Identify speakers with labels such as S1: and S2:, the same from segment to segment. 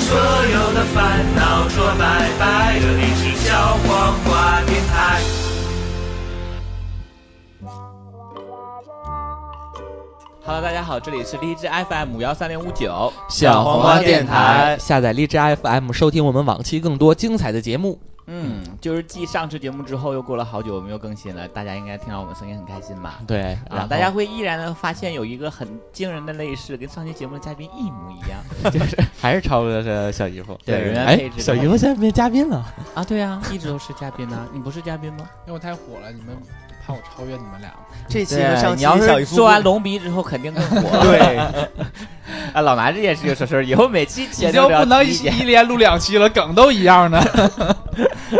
S1: 所有的烦恼说拜拜，这里是小黄瓜电台。
S2: Hello，大家好，这里是荔枝 FM 幺三零五九
S3: 小黄瓜电台
S4: 下载荔枝 FM 收听我们往期更多精彩的节目。
S2: 嗯，就是继上次节目之后，又过了好久没有更新了，大家应该听到我们声音很开心吧？
S4: 对，
S2: 啊，大 家会依然的发现有一个很惊人的类似，跟上期节目的嘉宾一模一样，就是
S4: 还是超哥是小姨夫。
S2: 对人员配
S4: 哎，
S2: 置
S4: 小姨夫现在变嘉宾了，
S2: 啊，对啊，一直都是嘉宾呐、你不是嘉宾吗？
S3: 因为我太火了，你们怕我超越你们俩 吗？
S5: 这期和
S2: 对，
S5: 上
S2: 你
S5: 期
S2: 要
S5: 小姨
S2: 是
S5: 夫
S2: 做完隆鼻之后，肯定更火。
S5: 对，
S2: 啊，老拿这件事情说事儿，以后每期节
S3: 你
S2: 目都
S3: 就
S2: 要
S3: 不能
S2: 提
S3: 一
S2: 一件
S3: 一连录两期了，梗都一样呢？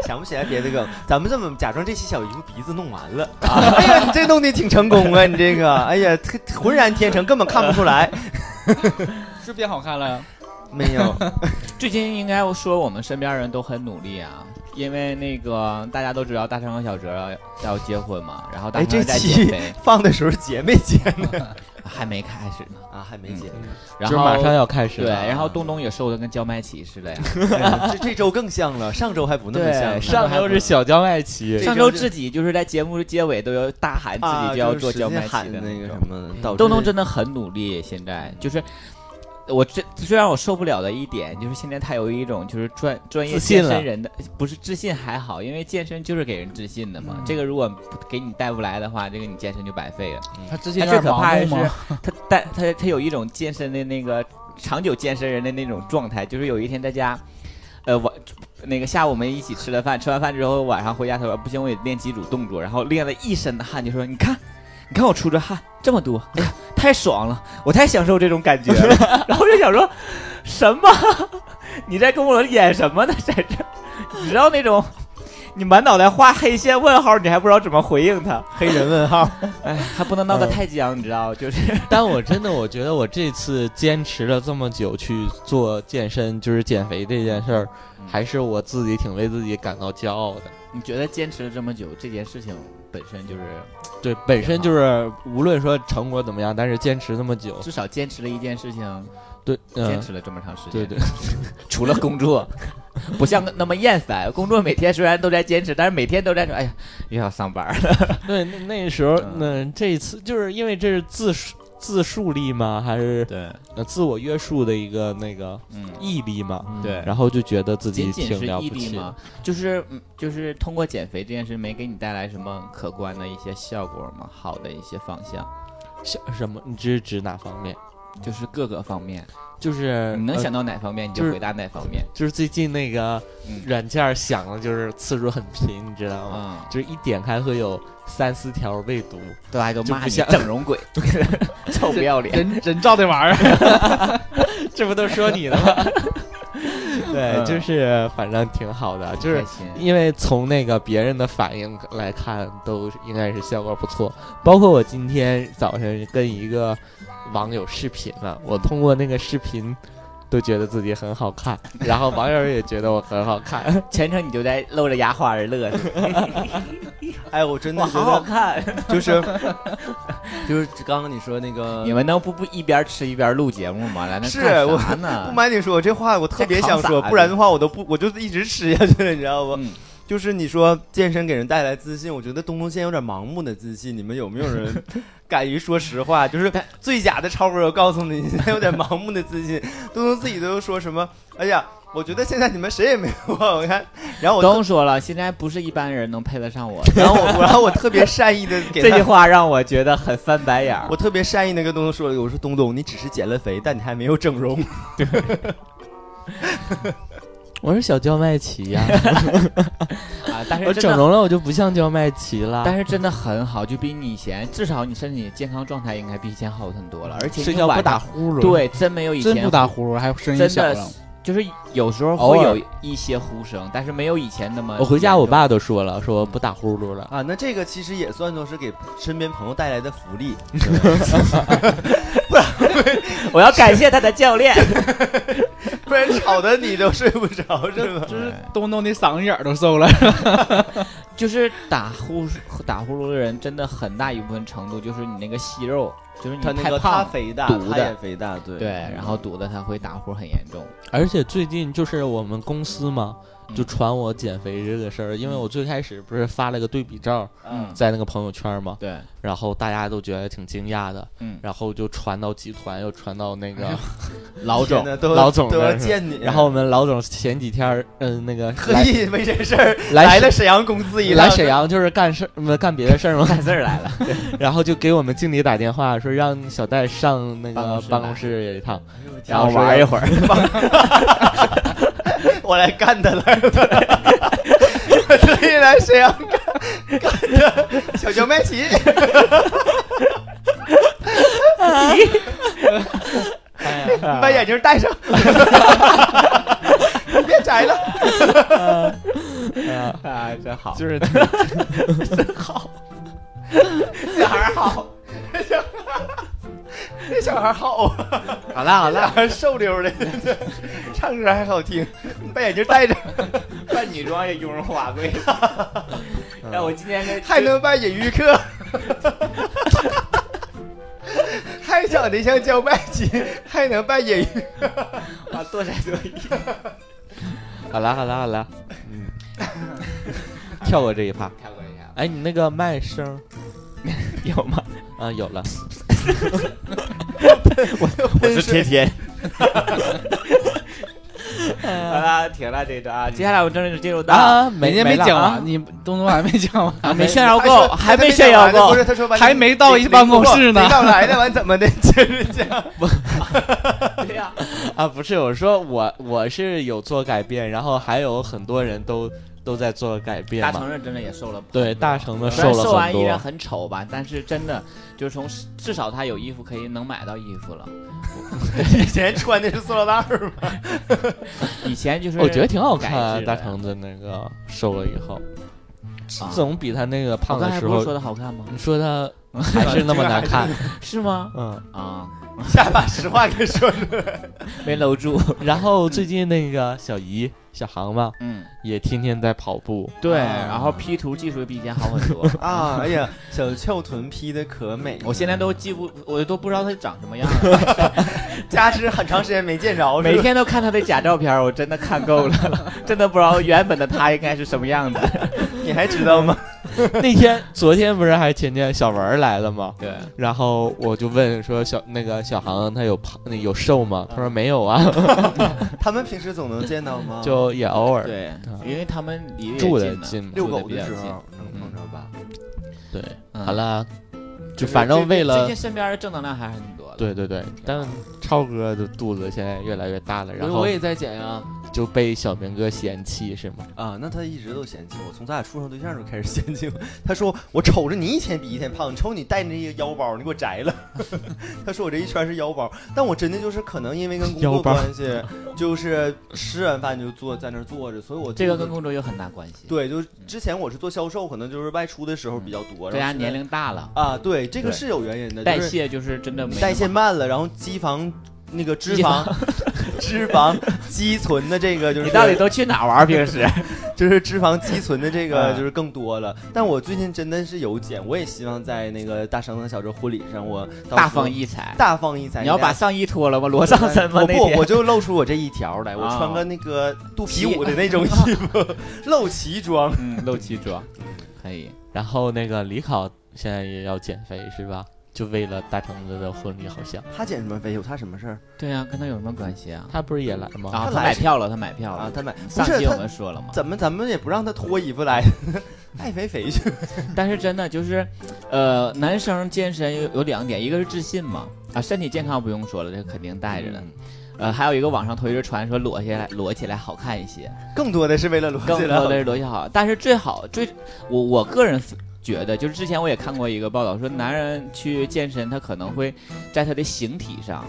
S5: 想不起来别的梗，咱们这么假装这期小姨夫鼻子弄 完了。哎呀，你这弄的挺成功啊，你这个，哎呀，特浑然天成，根本看不出来。
S3: 是变好看 了？
S5: 没 有，
S2: 最近应该说我们身边人都很努力啊，因为那个大家都知道大成和小哲要结婚嘛，然后大
S5: 哎，
S2: 成
S5: 这
S2: 在减
S5: 期
S2: 肥，
S5: 放的时候结没结呢？
S2: 还没开始呢。
S5: 啊，还没结。
S2: 然
S4: 就
S2: 后
S4: 马上要开始
S2: 对，
S4: 了。
S2: 然后东东也瘦的跟焦麦琪似的呀。
S5: 这这周更像了，上周还不那么像呢。
S4: 上周是小江爱琪，
S2: 上周自己就是在节目结尾都要大喊自己
S5: 啊，
S2: 就要
S5: 是
S2: 做
S5: 使
S2: 焦
S5: 劲
S2: 麦琪
S5: 喊
S2: 的
S5: 那
S2: 那
S5: 个
S2: 种
S5: 什。么，导致
S2: 东东真的很努力，现在就是。我这最让我受不了的一点就是，现在他有一种就是专专业
S4: 自信
S2: 健
S4: 了
S2: 身人的，不是自信还好，因为健身就是给人自信的嘛。
S5: 嗯
S2: 这个如果不给你带不来的话，这个你健身就白费了。
S3: 他之
S2: 他
S3: 前
S2: 最可怕的是，他带他他有一种健身的那个长久健身人的那种状态，就是有一天在家，呃晚那个下午我们一起吃了饭，吃完饭之后晚上回家，他说啊不行，我也练几组动作，然后练了一身的汗，就说你看。你看我出着汗这么多，哎呀，太爽了！我太享受这种感觉了。 然后我就想说，什么？ 你在跟我演什么呢？在这儿，你知道那种，你满脑袋画黑线问号，你还不知道怎么回应他。
S5: 黑人问号，
S2: 哎，还不能闹得太僵，你知道，就是
S4: 但我真的我觉得我这次坚持了这么久去做健身，就是减肥这件事儿，
S2: 嗯
S4: 还是我自己挺为自己感到骄傲的。
S2: 你觉得坚持了这么久，这件事情本身就是
S4: 对，本身就是无论说成果怎么样，但是坚持那么久，
S2: 至少坚持了一件事情，
S4: 对，
S2: 坚
S4: 嗯，
S2: 持了这么长时间。
S4: 对对，，
S2: 除了工 作，不像那么厌烦。工作每天虽然都在坚持，但是每天都在说，哎呀，又要上班儿了。
S4: 对，那那时候，
S2: 嗯
S4: 那这次就是因为这是自述自述力吗？还是
S2: 对，
S4: 呃自我约束的一个那个
S2: 嗯，
S4: 毅力嘛？
S2: 对。
S4: 然后就觉得自己
S2: 仅仅
S4: 挺
S2: 是
S4: 了
S2: 毅
S4: 不
S2: 力
S4: 起，
S2: 吗？就是嗯就是通过减肥这件事，没给你带来什么可观的一些效果吗？好的一些方向，
S4: 像什么？你这是指哪方面？
S2: 就是各个方面，
S4: 就是
S2: 你能
S4: 呃
S2: 想到哪方面你
S4: 就
S2: 就是回答哪方面。
S4: 就是最近那个
S2: 嗯
S4: 软件儿响了，就是次数很频，你知道吗？
S2: 嗯，
S4: 就是一点开会有三四条 未读，
S2: 大家都
S4: 就
S2: 骂
S4: 不
S2: 你
S4: 想
S2: 整容 鬼，臭不要脸。
S3: 人人造这玩意儿，
S4: 这不都说你呢吗？ 对，
S2: 嗯
S4: 就是反正挺好的，就是
S2: 开心
S4: 因为从那个别人的反应来看，都应该是效果不错。包括我今天早上跟一个网友视频了，我通过那个视频都觉得自己很好 看，然后网友也觉得我很好看。
S2: 全程你就在露着牙花儿乐，是吧
S5: 哎，我真的
S2: 哇，
S5: 觉
S2: 好好
S5: 得
S2: 看！
S5: 就是 就是刚刚你说那个
S2: 你，们能不不一边吃一边录节目吗？来，那
S5: 是
S2: 干
S5: 我
S2: 啥呢？
S5: 不瞒你说，我这话我特别想
S2: 在
S5: 说，
S2: 扛啥
S5: 不然的话我都不，我就一直吃下去了，你知道不？
S2: 嗯
S5: 就是你说健身给人带来自信，我觉得东东现在有点盲目的自信。你们有没有人 敢于说实话？就是
S2: 但
S5: 最假的超哥，我告诉你，你现在有点盲目的自信。东东自己都说什么？哎呀，我觉得现在你们谁也没有我，我看。然后我特，
S2: 都说了，现在不是一般人能配得上我。
S5: 然后我， 然后我特别善意的给
S2: 这句
S5: 他，
S2: 话让我觉得很翻白眼儿。
S5: 我特别善意的跟东东说了一个，我说东东，你只是减了肥，但你还没有整容。
S4: 我是小焦麦琪 呀、
S2: 啊，但
S4: 我
S2: 是真
S4: 整
S2: 的，
S4: 容了，我就不像焦麦琪了。
S2: 但是真的很好，就比你以前，至少你身体健康状态应该比以前好很多了。而且
S4: 睡
S2: 你
S4: 觉
S2: 晚
S4: 不
S2: 上
S4: 打呼噜，，
S2: 对，真没有以前
S3: 真不打呼噜，还声音
S2: 真
S3: 小
S2: 的
S3: 了。
S2: 就是有时候
S4: 偶
S2: 会
S4: 尔
S2: 有一些呼声，但是没有以前那么。
S4: 我回家我爸都说了，说不打呼噜了。
S5: 啊，那这个其实也算作是给身边朋友带来的福 利。
S2: 我要感谢他的教练。
S5: 不然吵得你都睡不着是吗？
S3: 就是东东的嗓子眼儿都瘦了，
S2: 就是打呼打呼噜的人，真的很大一部分程度就是你那个息肉就是你
S5: 他那
S2: 太
S5: 个他
S2: 胖，
S5: 肥大，
S2: 堵
S5: 他
S2: 的
S5: 也肥大，对嗯
S2: 对，然后堵的他会打呼很严重。
S4: 而且最近就是我们公司嘛，
S2: 嗯
S4: 就传我减肥这个事儿，因为我最开始不是发了个对比照
S5: 嗯
S4: 在那个朋友圈嘛，
S2: 对，
S4: 然后大家都觉得挺惊讶的，
S2: 嗯哎
S4: 然后就传到集团，又传到那个，
S2: 老
S5: 天
S2: 总
S5: 哪都
S4: 老总
S5: 都要
S4: 那是
S5: 见你，
S4: 然后我们老总前几天儿，嗯，那个
S5: 特
S4: 来
S5: 意为这事儿
S4: 来
S5: 来了沈阳公司一
S4: 你
S5: 趟，
S4: 来沈阳就是干事，不干别的事儿吗？
S2: 干事儿来了，
S4: 然后就给我们经理打电话说让小戴上那
S2: 办
S4: 个
S2: 公室来
S4: 办公室一趟，
S5: 哎呦我天
S4: 然后
S2: 玩一会儿。
S5: 我来干他了，我特意来沈阳干干的小熊麦琪，把眼镜戴上，你别摘了。哎
S2: 啊，真好，
S4: 就是
S5: 小孩儿好，这小孩儿好啊，
S2: 好啦好啦，
S5: 还瘦溜的， 唱歌还好听，你 把眼镜戴着，
S2: 扮女装也雍容华 贵。
S5: 哎
S2: 但我今天跟
S5: 还能办隐喻课， 还长得像焦麦琪，还能办隐喻。
S2: 啊多才多艺。
S4: 好啦好啦好啦，嗯，跳过这一趴。
S2: 跳过一下，
S4: 哎，你那个麦声儿
S2: 有吗？
S4: 啊有了，
S2: 我是天天。好啦，停了这一段啊，接下来我们正式进入到
S4: 啊， 没
S3: 人家
S4: 没了
S3: 讲
S4: 啊
S3: 完，你东东还没讲 完，
S2: 啊，没炫耀够，还没炫
S5: 炫
S2: 耀
S5: 耀
S2: 够
S5: 不，是，他说完
S3: 还没到一办公室呢
S5: 领导来了，完怎么的？ 就是这样。
S2: 对呀，
S4: 啊，不是，我说我我是有做改变，然后还有很多人都都在做改变
S2: 大
S4: 嘛
S2: 成。人真的也瘦了。
S4: 对，大成的
S2: 虽然
S4: 瘦
S2: 瘦
S4: 了很
S2: 完依然
S4: 多，
S2: 很丑吧，但是真的就是从至少他有衣服可以能买到衣服了。
S5: 以前穿的是塑料袋儿吗？
S2: 以前就是
S4: 我觉得挺好看
S2: 改
S4: 啊。
S2: 制
S4: 大
S2: 的
S4: 成的那个瘦了以后，
S2: 啊
S4: 总比他那个
S2: 我
S4: 胖
S2: 刚
S4: 的
S2: 才
S4: 时
S2: 不是
S4: 候
S2: 说，的好看吗？
S4: 你说他还是那么难 看，
S2: 是吗？
S4: 嗯。
S2: 啊，
S5: 下把实话给说出来。
S2: 没搂住。
S4: 然后最近那个小姨、小航嘛，
S2: 嗯，
S4: 也天天在跑步，
S2: 对，
S5: 啊
S2: 然后 P 图技术比以前好很多。
S5: 啊，哎呀，小翘臀 P 的可美了，
S2: 我现在都记不，我都不知道他长什 么样了。
S5: 加之很长时间没见着，
S2: 每
S5: 是吧
S2: 天都看他的假照片，我真的看够 了，真的不知道原本的他应该是什么样子。
S5: 你还知道吗？
S4: 那天昨天不是还前天小文儿来了吗？
S2: 对，
S4: 然后我就问说小那个小航他有胖有瘦吗？他说没有啊，
S5: 他们平时总能见到 吗？
S4: 就也偶尔
S2: 对，
S5: 嗯
S2: 因为他们离得也
S4: 住的
S2: 呢
S4: 近嘛。
S5: 遛
S2: 住得
S5: 狗
S2: 比
S5: 的
S2: 较
S5: 时
S2: 近
S5: 候能碰着吧？
S4: 对，
S2: 嗯
S4: 好了，就
S2: 就是
S4: 反正
S2: 最
S4: 为了
S2: 最近身边的正能量还是很多的。
S4: 对对对，但超哥的肚子现在越来越大了，然
S5: 我
S4: 后
S5: 我也在减
S2: 啊
S5: 呀。
S4: 就被小明哥嫌弃是吗？
S5: 啊，那他一直都嫌弃我，从咱俩处上对象就开始嫌弃我。他说我瞅着你一天比一天胖，你瞅你带那个腰包，你给我摘 了。 他说我这一圈是腰包，但我真的就是可能因为跟工
S4: 腰
S5: 作
S4: 包
S5: 关系，就是吃完饭就坐在那儿坐着，所以我
S2: 这个
S5: 肚
S2: 跟
S5: 子
S2: 工作有很大关系。，
S5: 对，就是之前我是做销售，可能就是外出的时候比较多，
S2: 大
S5: 然
S2: 家
S5: 后现在
S2: 年龄大了，
S5: 啊，对，这个
S2: 对
S5: 是有原因的，
S2: 代
S5: 就是
S2: 谢就是真的没
S5: 代谢
S2: 那么
S5: 慢了，然后肌肪那个脂 肪脂肪积存的这个就
S2: 好。
S5: 是
S2: 你到底都去哪儿玩儿？平时
S5: 就是脂肪积存的这个
S2: 嗯
S5: 就是更多了。但我最近真的是有减，我也希望在那个大绳子小周婚礼上，我到
S2: 大
S5: 时候
S2: 放异彩。
S5: 大放异彩。
S2: 你要把上衣脱了吗？裸上身吗？
S5: 我
S2: 那
S5: 不，
S2: 天
S5: 我就露出我这一条来，我
S2: 啊
S5: 穿个那个肚皮
S2: 旗
S5: 舞的 那种衣服，露脐装。
S2: 嗯，露脐装，可以。
S4: 然后那个李考现在也要减肥是吧？就为了大橙子的婚礼，好像
S5: 他减什么肥？有他什么事儿
S2: 对啊，跟他有什么关系啊？
S4: 他不是也来吗？
S2: 啊，
S5: 他
S2: 他
S5: 来
S2: 买票了，他买票
S5: 啊
S2: 了？。
S5: 他买不
S2: 上
S5: 是
S2: 期我
S5: 他
S2: 们说了嘛，
S5: 怎么咱们也不让他脱衣服来， 爱肥肥去。
S2: 但是真的就是，呃，男生健身有有两点，一个是自信嘛，啊，身体健康不用说了，这肯定带
S5: 嗯
S2: 着的。呃，还有一个网上推着传说裸下来裸起来好看一些，
S5: 更多的是为了裸
S2: 更
S5: 起
S2: 多的
S5: 来。
S2: 是裸下好，但是最好最我我个人觉得，就是之前我也看过一个报道说，男人去健身，他可能会在他的形体上，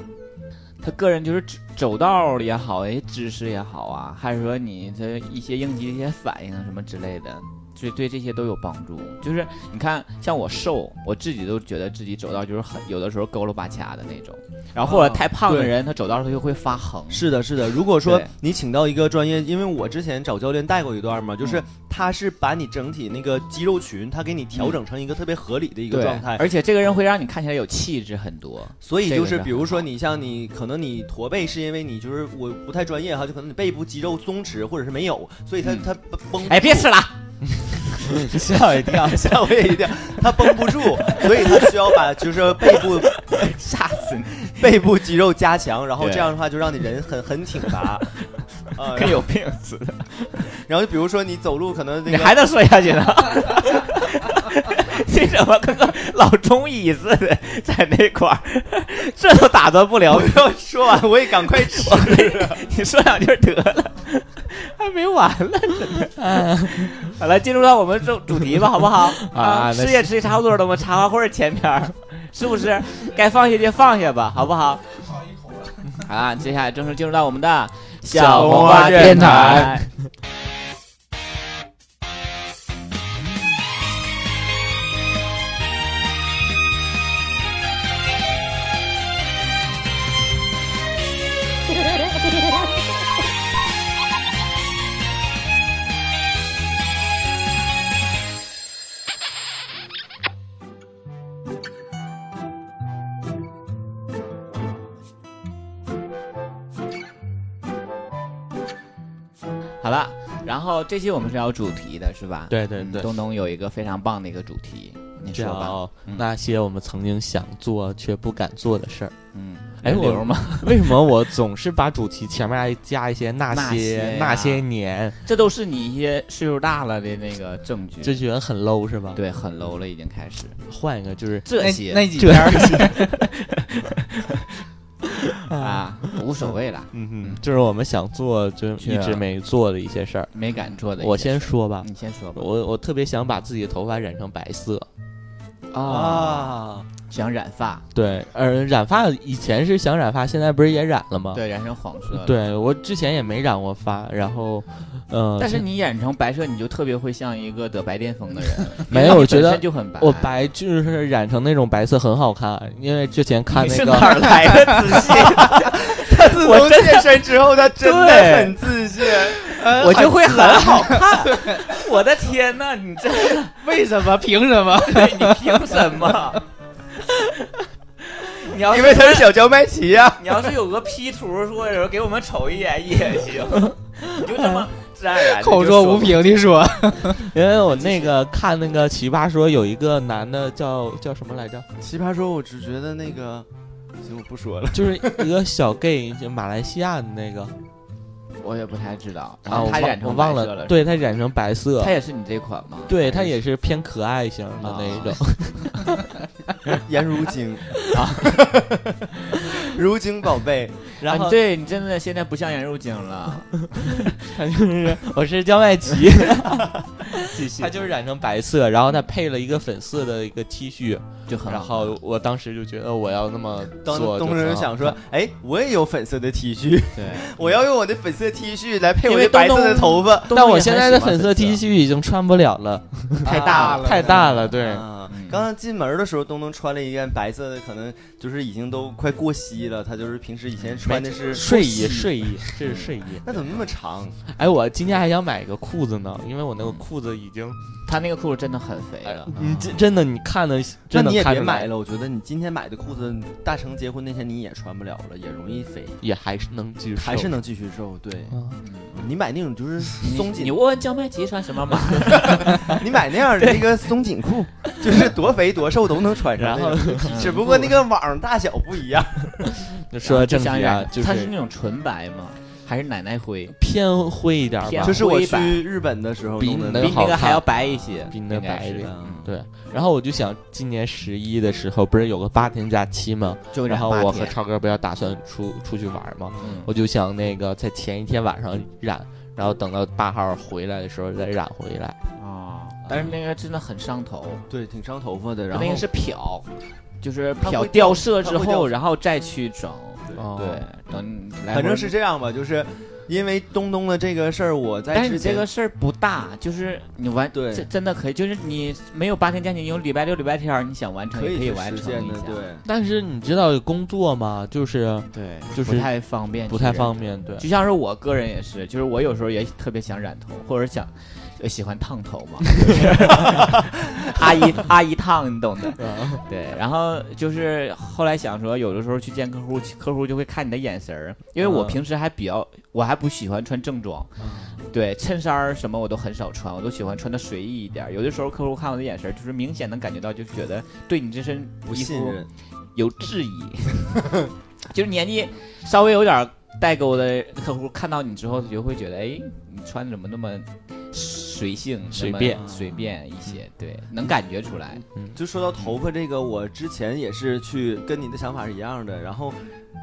S2: 他个人就是走走道儿也呃好，哎，姿势也好啊，还是说你这一些应急的一些反应啊什么之类的，所以对这些都有帮助。就是你看，像我瘦，我自己都觉得自己走道就是很有的时候佝偻吧掐的那种，然后或者
S5: 啊
S2: 太胖的
S5: 对
S2: 人，他走道他就会发横。
S5: 是的，是的。如果说
S2: 对
S5: 你请到一个专业，因为我之前找教练带过一段嘛，就是他是把你整体那个肌肉群，他给你调整成一个特别合理的一个
S2: 对
S5: 状态，。
S2: 而且这个人会让你看起来有气质很多。
S5: 所以
S2: 这
S5: 就
S2: 个
S5: 是，
S2: 是
S5: 比
S2: 很
S5: 如说
S2: 好
S5: 你像你，可能你驼背是因为你就是我不太专业哈，就可能你背部肌肉松弛或者是没有，所以它
S2: 嗯
S5: 它绷。
S2: 哎，别吃了，
S4: 吓我一跳。
S5: 吓我一 跳，它绷不住，所以它需要把就是背部
S2: 吓死你！
S5: 背部肌肉加强，然后
S2: 对
S5: 这样的话就让你人很很挺拔。 啊、
S2: 跟有病似的，
S5: 然后就比如说你走路可能那
S2: 你
S5: 个
S2: 还能说下去呢？ 这怎么跟个老中医似的，在那块儿，这都打断不了
S5: 我要说完， 我也赶 快吃。
S2: 你说两句得了，还没完了，真 的。好了，进入到我们主主题吧，好不好？
S4: 啊那
S2: 吃也吃差不多了，我们茶话会儿前边儿是不是该放下就放下吧，好不好？好 啊，接下来正式进入到我们的
S4: 小
S2: 红
S4: 红花电
S2: 电
S4: 台。
S2: 好了，然后这期我们是要主题的，是吧？
S4: 对对
S2: 嗯
S4: 对
S2: 东东有一个非常棒的一个主题，你说吧。
S4: 叫
S2: 嗯
S4: 那些我们曾经想做却不敢做 的事儿。
S2: 嗯，
S4: 哎
S2: 有
S4: 我
S2: 流吗？
S4: 为什么我总是把主题前面还加一些那
S2: 那些
S4: 些
S2: 呀
S4: 那些年？
S2: 这都是你一些岁数大了的那个证据。
S4: 这觉得很 low 是吧？，
S2: 对，很 low 了，已经开始。
S4: 换一个就是
S2: 这
S3: 那
S2: 些
S3: 那几篇 儿，
S4: 啊，
S2: 啊，无所谓啦，
S4: 嗯哼，就是我们想做就
S2: 去
S4: 一直没做的一些事儿。
S2: 没敢做的一些事。
S4: 我先说吧，
S2: 你先说吧。
S4: 我我特别想把自己的头发染成白色。
S2: 啊，
S5: 啊，
S2: 想染发，
S4: 对，呃，染发以前是想染发，现在不是也染了吗？
S2: 对，染成黄色。
S4: 啊对，，我之前也没染过发，然后，呃，
S2: 但是你染成白色，你就特别会像一个得白癜风 的人。
S4: 没
S2: 因为
S4: 有
S2: 你
S4: 我觉
S2: 本
S4: 得
S2: 身就很白。
S4: 我白就是染成那种白色很好看，因为之前 看
S2: 你
S4: 那
S2: 是哪
S4: 个
S2: 儿来的自 信？
S5: 他自
S2: 我
S5: 从健身之后，他真的
S2: 对
S5: 很自信。呃
S2: 我就会很好看。 我的天呐，你这
S3: 为什么？凭什 么？
S2: 对你凭什么？你要是
S5: 因为他是小娇麦琪呀。
S2: 你要是有个 P 图或者说给我们瞅一眼也行，你就这么自然而然地
S3: 口
S2: 就
S3: 说无凭的说，
S4: 因为我那个看那个《奇葩说》，有一个男的叫叫什么来着？
S5: 奇葩说，我只觉得那个，行，我不说 了。
S4: 就是一个小 gay，就马来西亚的那个
S2: 我也不太知道。然
S4: 啊，
S2: 后
S4: 我
S2: 他
S4: 忘
S2: 染成
S4: 我忘
S2: 白色了，
S4: 了，，对他染成白色
S2: 他，也是你这款吗？
S4: 对他也是偏可爱型的那一种。
S5: 颜如晶啊，如晶宝贝，
S4: 然
S2: 啊
S4: 后
S2: 你对你真的现在不像颜如晶了。
S4: 他就是我是江麦琪，
S2: 继续
S4: 他就是染成白色，然后他配了一个粉色的一个 T 恤，
S2: 就很好
S4: 然后我当时就觉得我要那么
S5: 当
S4: 做，
S5: 东
S4: 就
S5: 人
S4: 很好嗯
S5: 想说，哎，我也有粉色的 T 恤，
S2: 对，
S5: 我要用我的粉色 T 恤来配我
S2: 因
S5: 的
S2: 为
S5: 白
S2: 东
S5: 色的
S2: 东
S5: 头发，
S4: 但我现在的粉色 T
S2: 恤
S4: 恤已经穿不了了，
S5: 太大
S3: 了
S4: 太大了，对。
S5: 啊
S2: 嗯，
S5: 刚刚进门的时候，东东穿了一件白色的，可能就是已经都快过膝了。他就是平时以前穿的是
S4: 睡衣，
S5: 裤膝，
S4: 睡衣，这是睡衣。
S5: 那怎么那么长？
S4: 哎，我今天还想买个裤子呢，因为我那个裤子已经，
S2: 他那个裤子真的很肥了。
S4: 你真真的，你看的，
S5: 那
S4: 真的
S5: 你也
S4: 看
S5: 别
S4: 出
S5: 买
S4: 来，
S5: 了，我觉得你今天买的裤子，大成结婚那天你也穿不了了，也容易肥，
S4: 也还是能继续，
S5: 还是能继续瘦。对
S4: 啊。
S5: 你买那种就是松
S2: 你
S5: 紧，
S2: 问问江麦琪穿什 么码？
S5: 你买那样的那个松紧裤，就是多肥多瘦都能穿上
S4: 然
S5: 那种。
S4: 后
S2: 嗯
S5: 只不过那个网大小不一样。
S4: 说正题啊，
S2: 就
S4: 就
S2: 他是
S4: 是
S2: 那种纯白吗？还是奶奶灰？
S4: 偏灰一点
S2: 偏
S4: 吧
S5: 就。是我
S2: 灰白
S5: 去日本的时候
S4: 比
S5: 弄
S4: 你
S5: 的
S4: 那
S5: 那
S4: 个
S2: 比
S5: 种，
S2: 那
S4: 好
S2: 个
S4: 看
S2: 还要白一些，
S4: 比那
S2: 应该
S4: 白
S2: 是
S4: 一点
S5: 嗯
S4: 对，然后我就想，今年十一的时候不是有个八天假期吗？
S2: 就
S4: 嗯然
S2: 染
S4: 后
S2: 发
S4: 我
S2: 贴
S4: 和超哥不要打算出出去玩吗？
S2: 嗯
S4: 我就想那个在前一天晚上染，然后等到八号回来的时候再染回来。
S2: 啊，
S4: 嗯
S2: 但是那个真的很伤头，
S5: 对，挺伤头发的。然后
S2: 那个是漂，就是
S5: 它
S2: 漂
S5: 会
S2: 掉色之
S5: 它会掉
S2: 后，然后再去整。
S5: 对
S4: 哦
S2: 对，等你来回
S5: 反正是这样吧，就是因为东东的这个事儿，我在
S2: 但是
S5: 之
S2: 你这
S5: 前
S2: 个事儿不大，就是你完
S5: 对
S2: 这真的可以，就是你没有八天假期，你有礼拜六、礼拜天儿你想完成
S5: 可
S2: 也
S5: 以
S2: 可以
S5: 去
S2: 完
S5: 实
S2: 成
S5: 现
S2: 一
S5: 的，
S2: 下，
S5: 对。
S4: 但是你知道工作吗？就是
S2: 对
S4: 就是
S2: 不太方便，
S4: 不太
S2: 其实
S4: 方便，对。
S2: 就像是我个人也是，就是我有时候也特别想染头，或者想呃喜欢烫头嘛， 就是阿姨阿姨烫，你懂的。 对，然后就是后来想说，有的时候去见客户，客户就会看你的眼神儿，因为我
S4: 嗯
S2: 平时还比较，我还不喜欢穿正装，对，衬衫儿什么我都很少穿，我都喜欢穿的随意一点儿。有的时候客户看我的眼神儿，就是明显能感觉到，就觉得对你这身
S5: 不
S2: 衣
S5: 信
S2: 服
S5: 任，
S2: 有质 疑，就是年纪稍微有点代沟的客户看到你之后，就会觉得，哎，你穿得怎么那么随性、
S4: 随
S2: 那么
S4: 便嗯
S2: 随便一些？对，能感觉出来。
S5: 就说到头发这个，我之前也是去跟你的想法是一样的。然后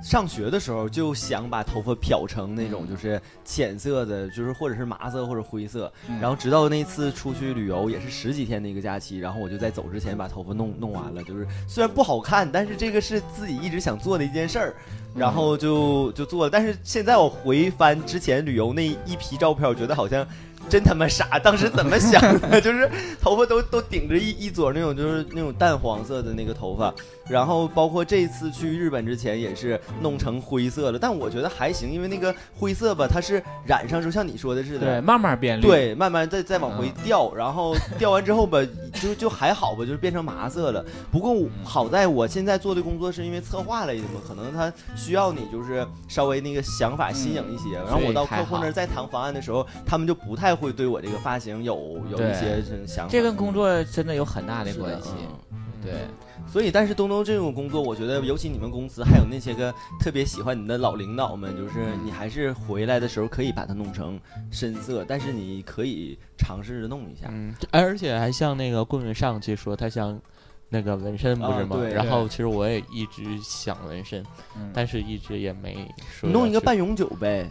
S5: 上学的时候就想把头发漂成那种就是浅色的，就是或者是麻色或者灰色。
S2: 嗯
S5: 然后直到那次出去旅游，也是十几天的一个假期，然后我就在走之前把头发弄弄完了。就是虽然不好看，但是这个是自己一直想做的一件事儿，然后就就做了。但是现在我回翻之前旅游那一批照片，我觉得好像。真他妈傻！当时怎么想的？就是头发都都顶着一一撮那种，就是那种淡黄色的那个头发，然后包括这次去日本之前也是弄成灰色了，但我觉得还行，因为那个灰色吧，它是染上之后像你说的似的，
S2: 对，慢慢变绿。，
S5: 对，慢慢再再往回
S2: 嗯
S5: 掉，然后掉完之后吧，就就还好吧，就是变成麻色了。不过
S2: 嗯
S5: 我好在我现在做的工作是因为策划类的嘛，可能它需要你就是稍微那个想法新颖一些。然后
S2: 嗯所
S5: 我
S2: 以
S5: 到
S2: 还
S5: 客户那
S2: 好
S5: 儿再谈方案的时候，他们就不太会对我这个发型有有
S2: 对
S5: 一些这种想法。
S2: 这跟工作真的有很大的
S5: 是的
S2: 关系。
S5: 嗯
S2: 对，
S5: 所以，但是东东这种工作，我觉得，尤其你们公司还有那些个特别喜欢你的老领导们，就是你还是回来的时候可以把它弄成深色，但是你可以尝试着弄一下。
S4: 嗯，而且还像那个棍棍上期说他想那个纹身不是吗？
S5: 啊对
S4: 然后其实我也一直想纹身，
S2: 嗯
S4: 但是一直也没说。
S5: 你弄一个半永久呗，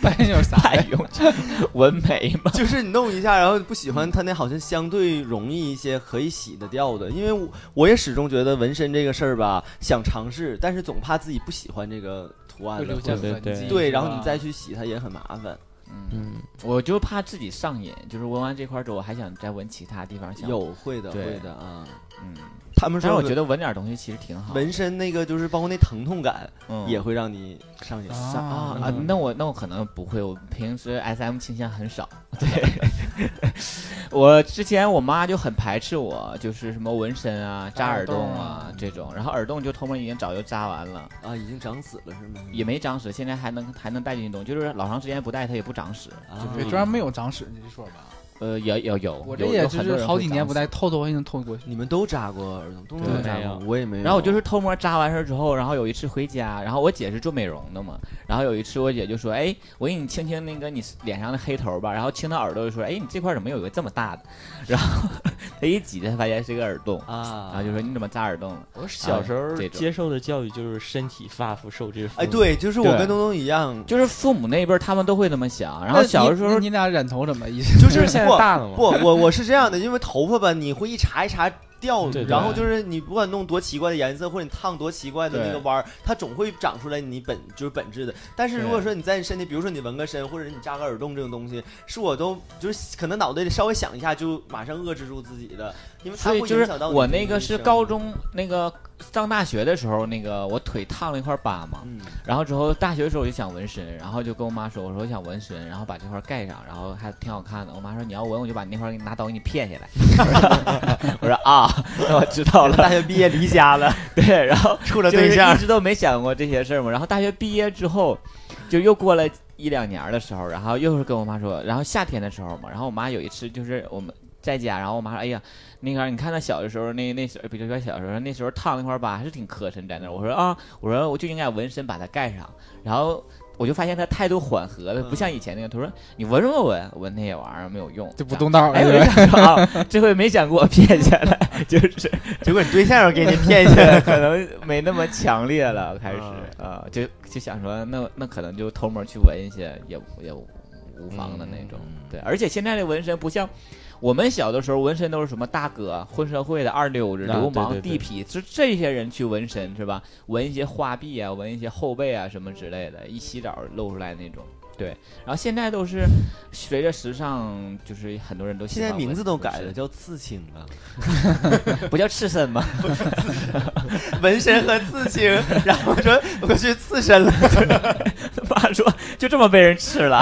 S3: 半天就是啥
S2: 太用 纹眉嘛，
S5: 就是你弄一下，然后不喜欢它那好像相对容易一些，可以洗得掉的。因为我我也始终觉得纹身这个事儿吧，想尝试，但是总怕自己不喜欢这个图案
S3: 会
S5: 了
S3: 留，下
S5: 或者
S3: 痕
S4: 对
S3: 迹。
S5: 对，
S3: 是
S5: 然后
S3: 吧嗯
S5: 你再去洗它也很麻烦。
S2: 嗯，
S4: 嗯，
S2: 我就怕自己上瘾，就是纹完这块儿之后，我还想再纹其他地方。想，
S5: 有会的，
S2: 对
S5: 会的啊。
S2: 嗯，
S5: 他们
S2: 但是
S5: 说
S2: 我觉得纹点儿东西其实挺好。
S5: 纹身那个就是包括那疼痛感
S2: 嗯
S5: 也会让你上瘾。
S3: 啊
S2: 上啊啊！
S4: 嗯
S2: 那我那我可能不会，我平时 S M 倾向很 少。对， 我之前我妈就很排斥我，就是什么纹身啊、扎耳洞啊这种，然后耳洞就偷摸已经早就扎完了，
S5: 啊，已经长死了是吗？
S2: 嗯也没长屎，现在还能还能带进去动，就是老长时间不戴它也不长屎。
S5: 啊
S3: 对，居然没有长屎这一说吧？
S2: 呃，也也有，
S3: 我这
S2: 有
S3: 也
S2: 有
S3: 就
S2: 很多
S3: 是
S2: 人
S3: 好
S2: 会
S3: 几
S2: 长
S3: 年不
S2: 屎
S3: 戴，透透已经透过去。
S5: 你们都扎过耳洞，东东
S2: 对
S5: 都扎
S4: 没有
S5: 过，我也没有。
S2: 然后我就是偷摸扎完事儿之后，然后有一次回家，然后我姐是做美容的嘛，然后有一次我姐就说：“哎，我给你清清那个你脸上的黑头吧。”然后清到耳朵就说：“哎，你这块儿怎么有一个这么大的？” 然后她一挤才发现是个耳洞，
S5: 啊，
S2: 然后就说：“你怎么扎耳洞了啊
S4: 我小时候
S2: 这种
S4: 接受的教育就是身体发肤受之父。
S5: 哎，，对，就是我
S2: 对
S5: 跟东东一样？”，
S2: 就是父母那一辈儿他们都会这么想，然
S3: 那
S2: 后
S3: 你
S2: 小的时
S3: 那
S2: 候
S3: 你俩染头怎么一？
S5: 就是
S4: 现在
S5: 不
S4: 大了嘛
S5: 不，我我是这样的，因为头发吧，你会一茬一茬掉，
S4: 对对
S5: 然后就是你不管弄多奇怪的颜色，或者你烫多奇怪的那个弯儿，它总会长出来你本就是本质的。但是如果
S2: 对
S5: 说你在你身体，比如说你纹个身，或者你扎个耳洞这种东西，是我都就是可能脑袋里稍微想一下就马上遏制住自己的，因为它
S2: 所
S5: 会
S2: 以就
S5: 影
S2: 是
S5: 响到你
S2: 我
S5: 的
S2: 那
S5: 一
S2: 个是
S5: 生
S2: 高，中那个上大学的时候，那个我腿烫了一块疤嘛，
S5: 嗯，
S2: 然后之后大学的时候我就想纹身，然后就跟我妈说，我说我想纹身，然后把这块儿盖上，然后还挺好看的。我妈说你要纹，我就把你那块儿给你拿刀给你片下来。 我说啊，那我知道了。
S5: 大学毕业离家了，
S2: 对，然后
S5: 处了
S2: 就是
S5: 对
S2: 一
S5: 象，
S2: 直都没想过这些事儿嘛。然后大学毕业之后，就又过了一两年儿的时候，然后又是跟我妈说，然后夏天的时候嘛，然后我妈有一次就是我们。在家，然后我妈说：“哎呀，那个你看她小的时候，那那时候，比如说小时候，那时候烫那块儿疤还是挺磕碜，在那儿。”我说：“啊，我说我就应该纹身把它盖上。”然后我就发现她态度缓和了，不像以前那个。她说：“你纹什么纹？纹那些玩意儿没有用，
S3: 就不动道了，
S2: 哎，我
S3: 对
S2: 就
S3: 吧？
S2: 想说啊，这回没想给我骗下来， 就是
S5: 结果你对 象给你骗嗯去 了。
S2: 可能没那么强烈了，开始啊、就就想说，那那可能就
S5: 嗯
S2: 偷摸去纹一些，也也无无妨的那种。对，而且现在的纹身不像我们小的时候纹身都是什么大哥、混社会的二流子、
S4: 啊
S2: 流氓、
S4: 对对对
S2: 地痞，是这些人去纹身是吧？纹一些画壁啊，纹一些后背啊什么之类的，一洗澡露出来那种。对，然后现在都是随着时尚，就是很多人都喜
S5: 现
S2: 欢
S5: 在名字都
S2: 纹
S5: 改了，
S2: 纹
S5: 叫刺青了。
S2: 身不叫赤身吗？
S5: 纹身和刺青， 然后说我去刺身了。
S2: 妈说就这么被人吃了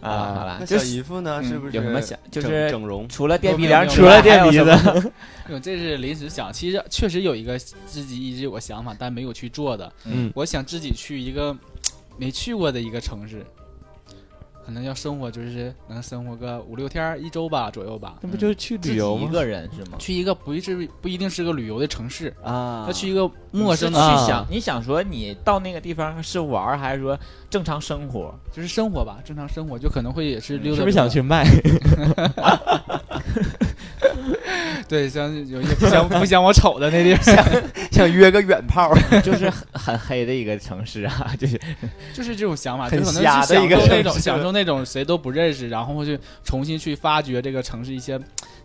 S2: 啊！好了，
S5: 那
S2: 就
S5: 小
S2: 是
S5: 姨夫呢？
S2: 嗯
S5: 是不是
S2: 有什么想就
S5: 整
S2: 是
S5: 整容？
S2: 除了垫鼻
S3: 没
S2: 梁
S3: 有
S2: 之外，
S4: 没有
S2: 啊还有什么
S3: 嗯，这是临时想，其实确实有一个自己一直有个想法，但没有去做的。
S4: 嗯
S3: 我想自己去一个没去过的一个城市，可能要生活就是能生活个五六天儿、一周吧左右吧。
S4: 那 不就是去
S2: 自
S4: 旅
S2: 己
S4: 游
S2: 一
S4: 吗？
S2: 个人是吗？
S3: 去一个不是不一定是个旅游的城市，
S5: 啊
S3: 要去一个陌
S2: 陌生
S3: 生的
S2: 的
S4: 啊
S3: 地
S2: 去
S3: 方，
S2: 想，你想说你到那个地方是玩儿，还是说正常生活？
S3: 就是生活吧，正常生活就可能会也是溜达。
S4: 是不是想？去卖？
S3: 对，像有一些不嫌不嫌我丑的那地方，
S5: 想约个远炮，
S2: 就是很 很黑的一个城市啊，就是
S3: 就是这种想法，就
S5: 很
S3: 可能
S5: 瞎
S3: 是
S5: 的
S3: 享
S5: 一个
S3: 受那
S5: 城
S3: 种
S5: 市
S3: 享受那种谁都不认识，然后去重新去发掘这个城市一些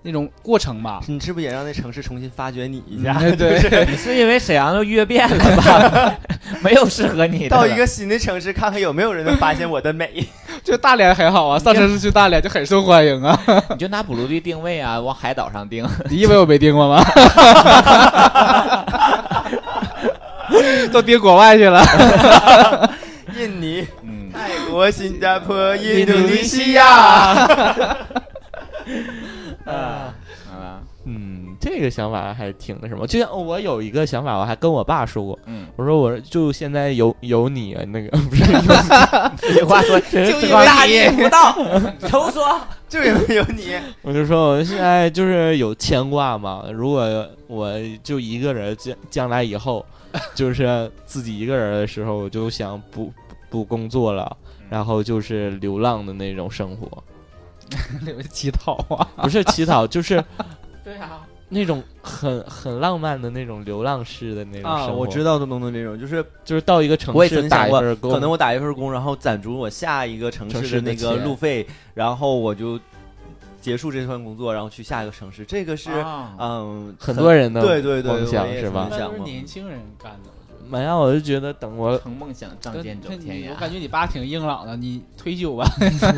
S3: 那种过程吧。
S5: 你是不是也让那城市重新发掘你一下？
S3: 嗯 对，
S2: 你是因为沈阳都约遍了吧？ 没有适合你的了。
S5: 到一个新的城市，看看有没有人能发现我的美。
S3: 就大连很好啊，上城市去大连就很受欢迎啊。
S2: 你就拿补录地定位啊，往海岛上 定。
S3: 你以为我没盯过吗？ 都盯国外去 了。
S5: 印尼、
S2: 嗯，
S5: 泰国、新加坡、印
S3: 度
S5: 度
S3: 尼
S5: 尼
S3: 西
S5: 西亚，
S2: 好了，
S4: 嗯，这个想法还挺那什么。就像我有一个想法，我还跟我爸说过，
S2: 嗯，
S4: 我说我就现在有有你啊，那个 不是有
S2: 这句话说就
S5: 因为
S2: 大
S5: 你
S2: 逆不 道，都说
S5: 就因为有你，
S4: 我就说我现在就是有牵挂嘛，如果我就一个人将将来以 后，就是自己一个人的时候，我就想不不工作了，
S5: 嗯
S4: 然后就是流浪的那种生 活，
S3: 有乞讨啊，
S4: 不是乞讨，就是
S2: 对啊，
S4: 那种很很浪漫的那种流浪式的那种生活。
S5: 啊道东东这种，就是
S4: 就是到一个城
S5: 我也曾
S4: 市
S5: 经
S4: 打
S5: 想
S4: 一
S5: 过
S4: 份，工，
S5: 可能我打一份工，然后攒足我下一个城
S4: 城
S5: 市
S4: 市
S5: 的
S4: 的
S5: 那个
S4: 钱
S5: 路费，然后我就结束这份工作，然后去下一个城市。这个是，
S2: 啊，
S5: 嗯，
S4: 很多人的
S5: 对对对
S4: 梦想
S5: 我也
S4: 是吧
S5: 曾？经想过
S3: 轻人干的。
S4: 没有，我就觉得等我
S2: 成梦想，仗
S3: 但
S2: 剑走
S3: 但
S2: 天
S3: 你我
S2: 涯。
S3: 感觉你爸挺硬朗的，你退休吧。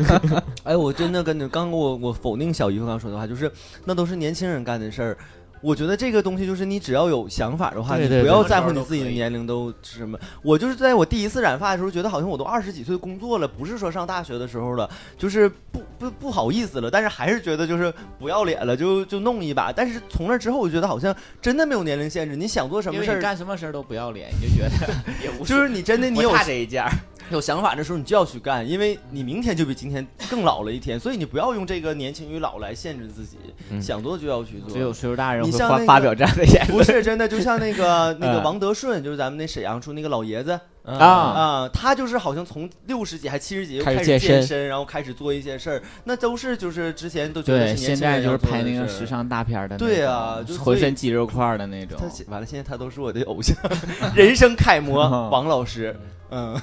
S5: 哎，我真的跟你刚我我否定小姨夫刚说的话，就是那都是年轻人干的事儿。我觉得这个东西就是你只要有想法的话，
S4: 对对对
S5: 你不要在乎
S2: 什么
S5: 你
S2: 时候都
S5: 自己的
S2: 可以
S5: 年龄都是什么。我就是在我第一次染发的时候，觉得好像我都二十几岁工作了，不是说上大学的时候了，就是不不不好意思了，但是还是觉得就是不要脸了，就就弄一把。但是从那之后，我觉得好像真的没有年龄限制，你想做什
S2: 因
S5: 么
S2: 为
S5: 事
S2: 你
S5: 儿，
S2: 干什么事儿都不要脸，你就觉得 也无
S5: 就是你真的你
S2: 不
S5: 有
S2: 差这一件儿。
S5: 有想法的时候，你就要去干，因为你明天就比今天更老了一天，所以你不要用这个年轻与老来限制自己，
S4: 嗯
S5: 想做就要去做
S2: 只。有岁数大人
S5: 你
S2: 会
S5: 像
S2: 发
S5: 那个
S2: 发表这样的言
S5: 不
S2: 论。
S5: 是真的，就像那个那个
S2: 嗯
S5: 王德顺，就是咱们那沈阳出那个老爷子
S2: 啊
S5: 啊，他就是好像从六十几还七十几就
S4: 开始
S5: 开始
S4: 健
S5: 健
S4: 身
S5: 身，然后开始做一些事儿，那都是就是之前都觉得
S2: 对，
S5: 是
S2: 现
S5: 年轻
S2: 在
S5: 人
S2: 就是
S5: 要做的
S2: 拍那个
S5: 事儿
S2: 时。尚大片儿的那种，
S5: 对啊就所以
S2: 浑身肌肉块儿的那种
S5: 他。现完了，现在他都是我的偶像， 人生楷模王老师。 嗯，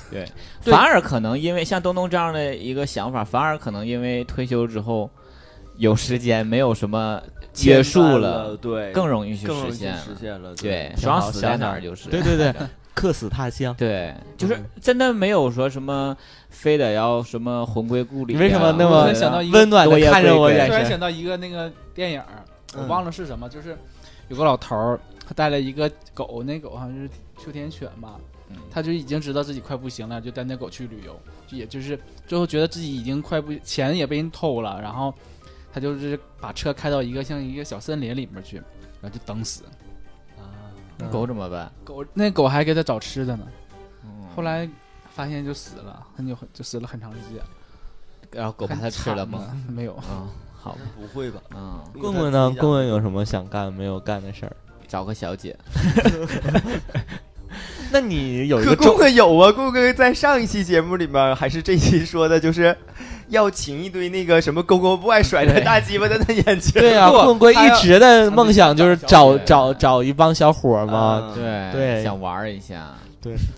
S3: 对
S2: 反而可能因为像东东这样的一个想法，反而可能因为退休之后有时间，没有什么约束
S5: 牵绊
S2: 了，
S5: 对，
S2: 更容易去
S5: 更容易
S2: 实
S5: 去
S2: 现了。
S5: 实现了，
S2: 对，
S4: 挺
S2: 爽
S4: 好
S2: 死
S4: 想
S2: 在哪
S4: 想
S5: 啊
S2: 儿就是。
S4: 对对对，客死他乡。
S2: 对，就是真的没有说什么非得要什么魂归故里啊。
S4: 你为什么那
S3: 我突
S4: 么
S3: 然想到一个
S4: 温暖
S2: 落
S4: 的
S2: 叶
S4: 看着
S2: 归
S4: 我
S2: 根
S4: 眼
S3: 突然
S4: 神？
S3: 想到一个那个电影儿，我
S5: 嗯
S3: 忘了是什么，就是有个老头儿，他带了一个狗，那狗好像是秋田犬吧
S2: 嗯，
S3: 他就已经知道自己快不行了，就带那狗去旅游，就也就是最后觉得自己已经快不钱也被人偷了，然后他就是把车开到一个像一个小森林里面去，然后就等死。
S2: 那狗怎么办？
S3: 狗那狗还给他找吃的呢，
S2: 嗯
S3: 后来发现就死了，很久很就死了很长时间。
S2: 然后狗把
S3: 很
S2: 它吃了
S3: 惨啊
S2: 吗？
S3: 的？没有，
S2: 嗯，好吧，
S5: 不会吧？
S2: 嗯，
S4: 棍棍呢？棍棍有什么想干没有干的事儿？
S2: 找个小姐。
S4: 那你有一
S5: 可
S4: 个
S5: 棍
S4: 重
S5: 棍有啊，棍棍在上一期节目里面还是这期说的，就是要请一堆那个什么勾勾 boy 甩着大鸡巴在他眼前。
S4: 对啊，
S5: 不
S4: 棍棍一直的梦想就是
S2: 他
S4: 找啊
S2: 自己
S4: 找
S2: 找
S4: 找一帮小伙儿嘛。
S5: 啊，
S2: 对
S4: 对
S2: 想玩儿一下。
S4: 嗯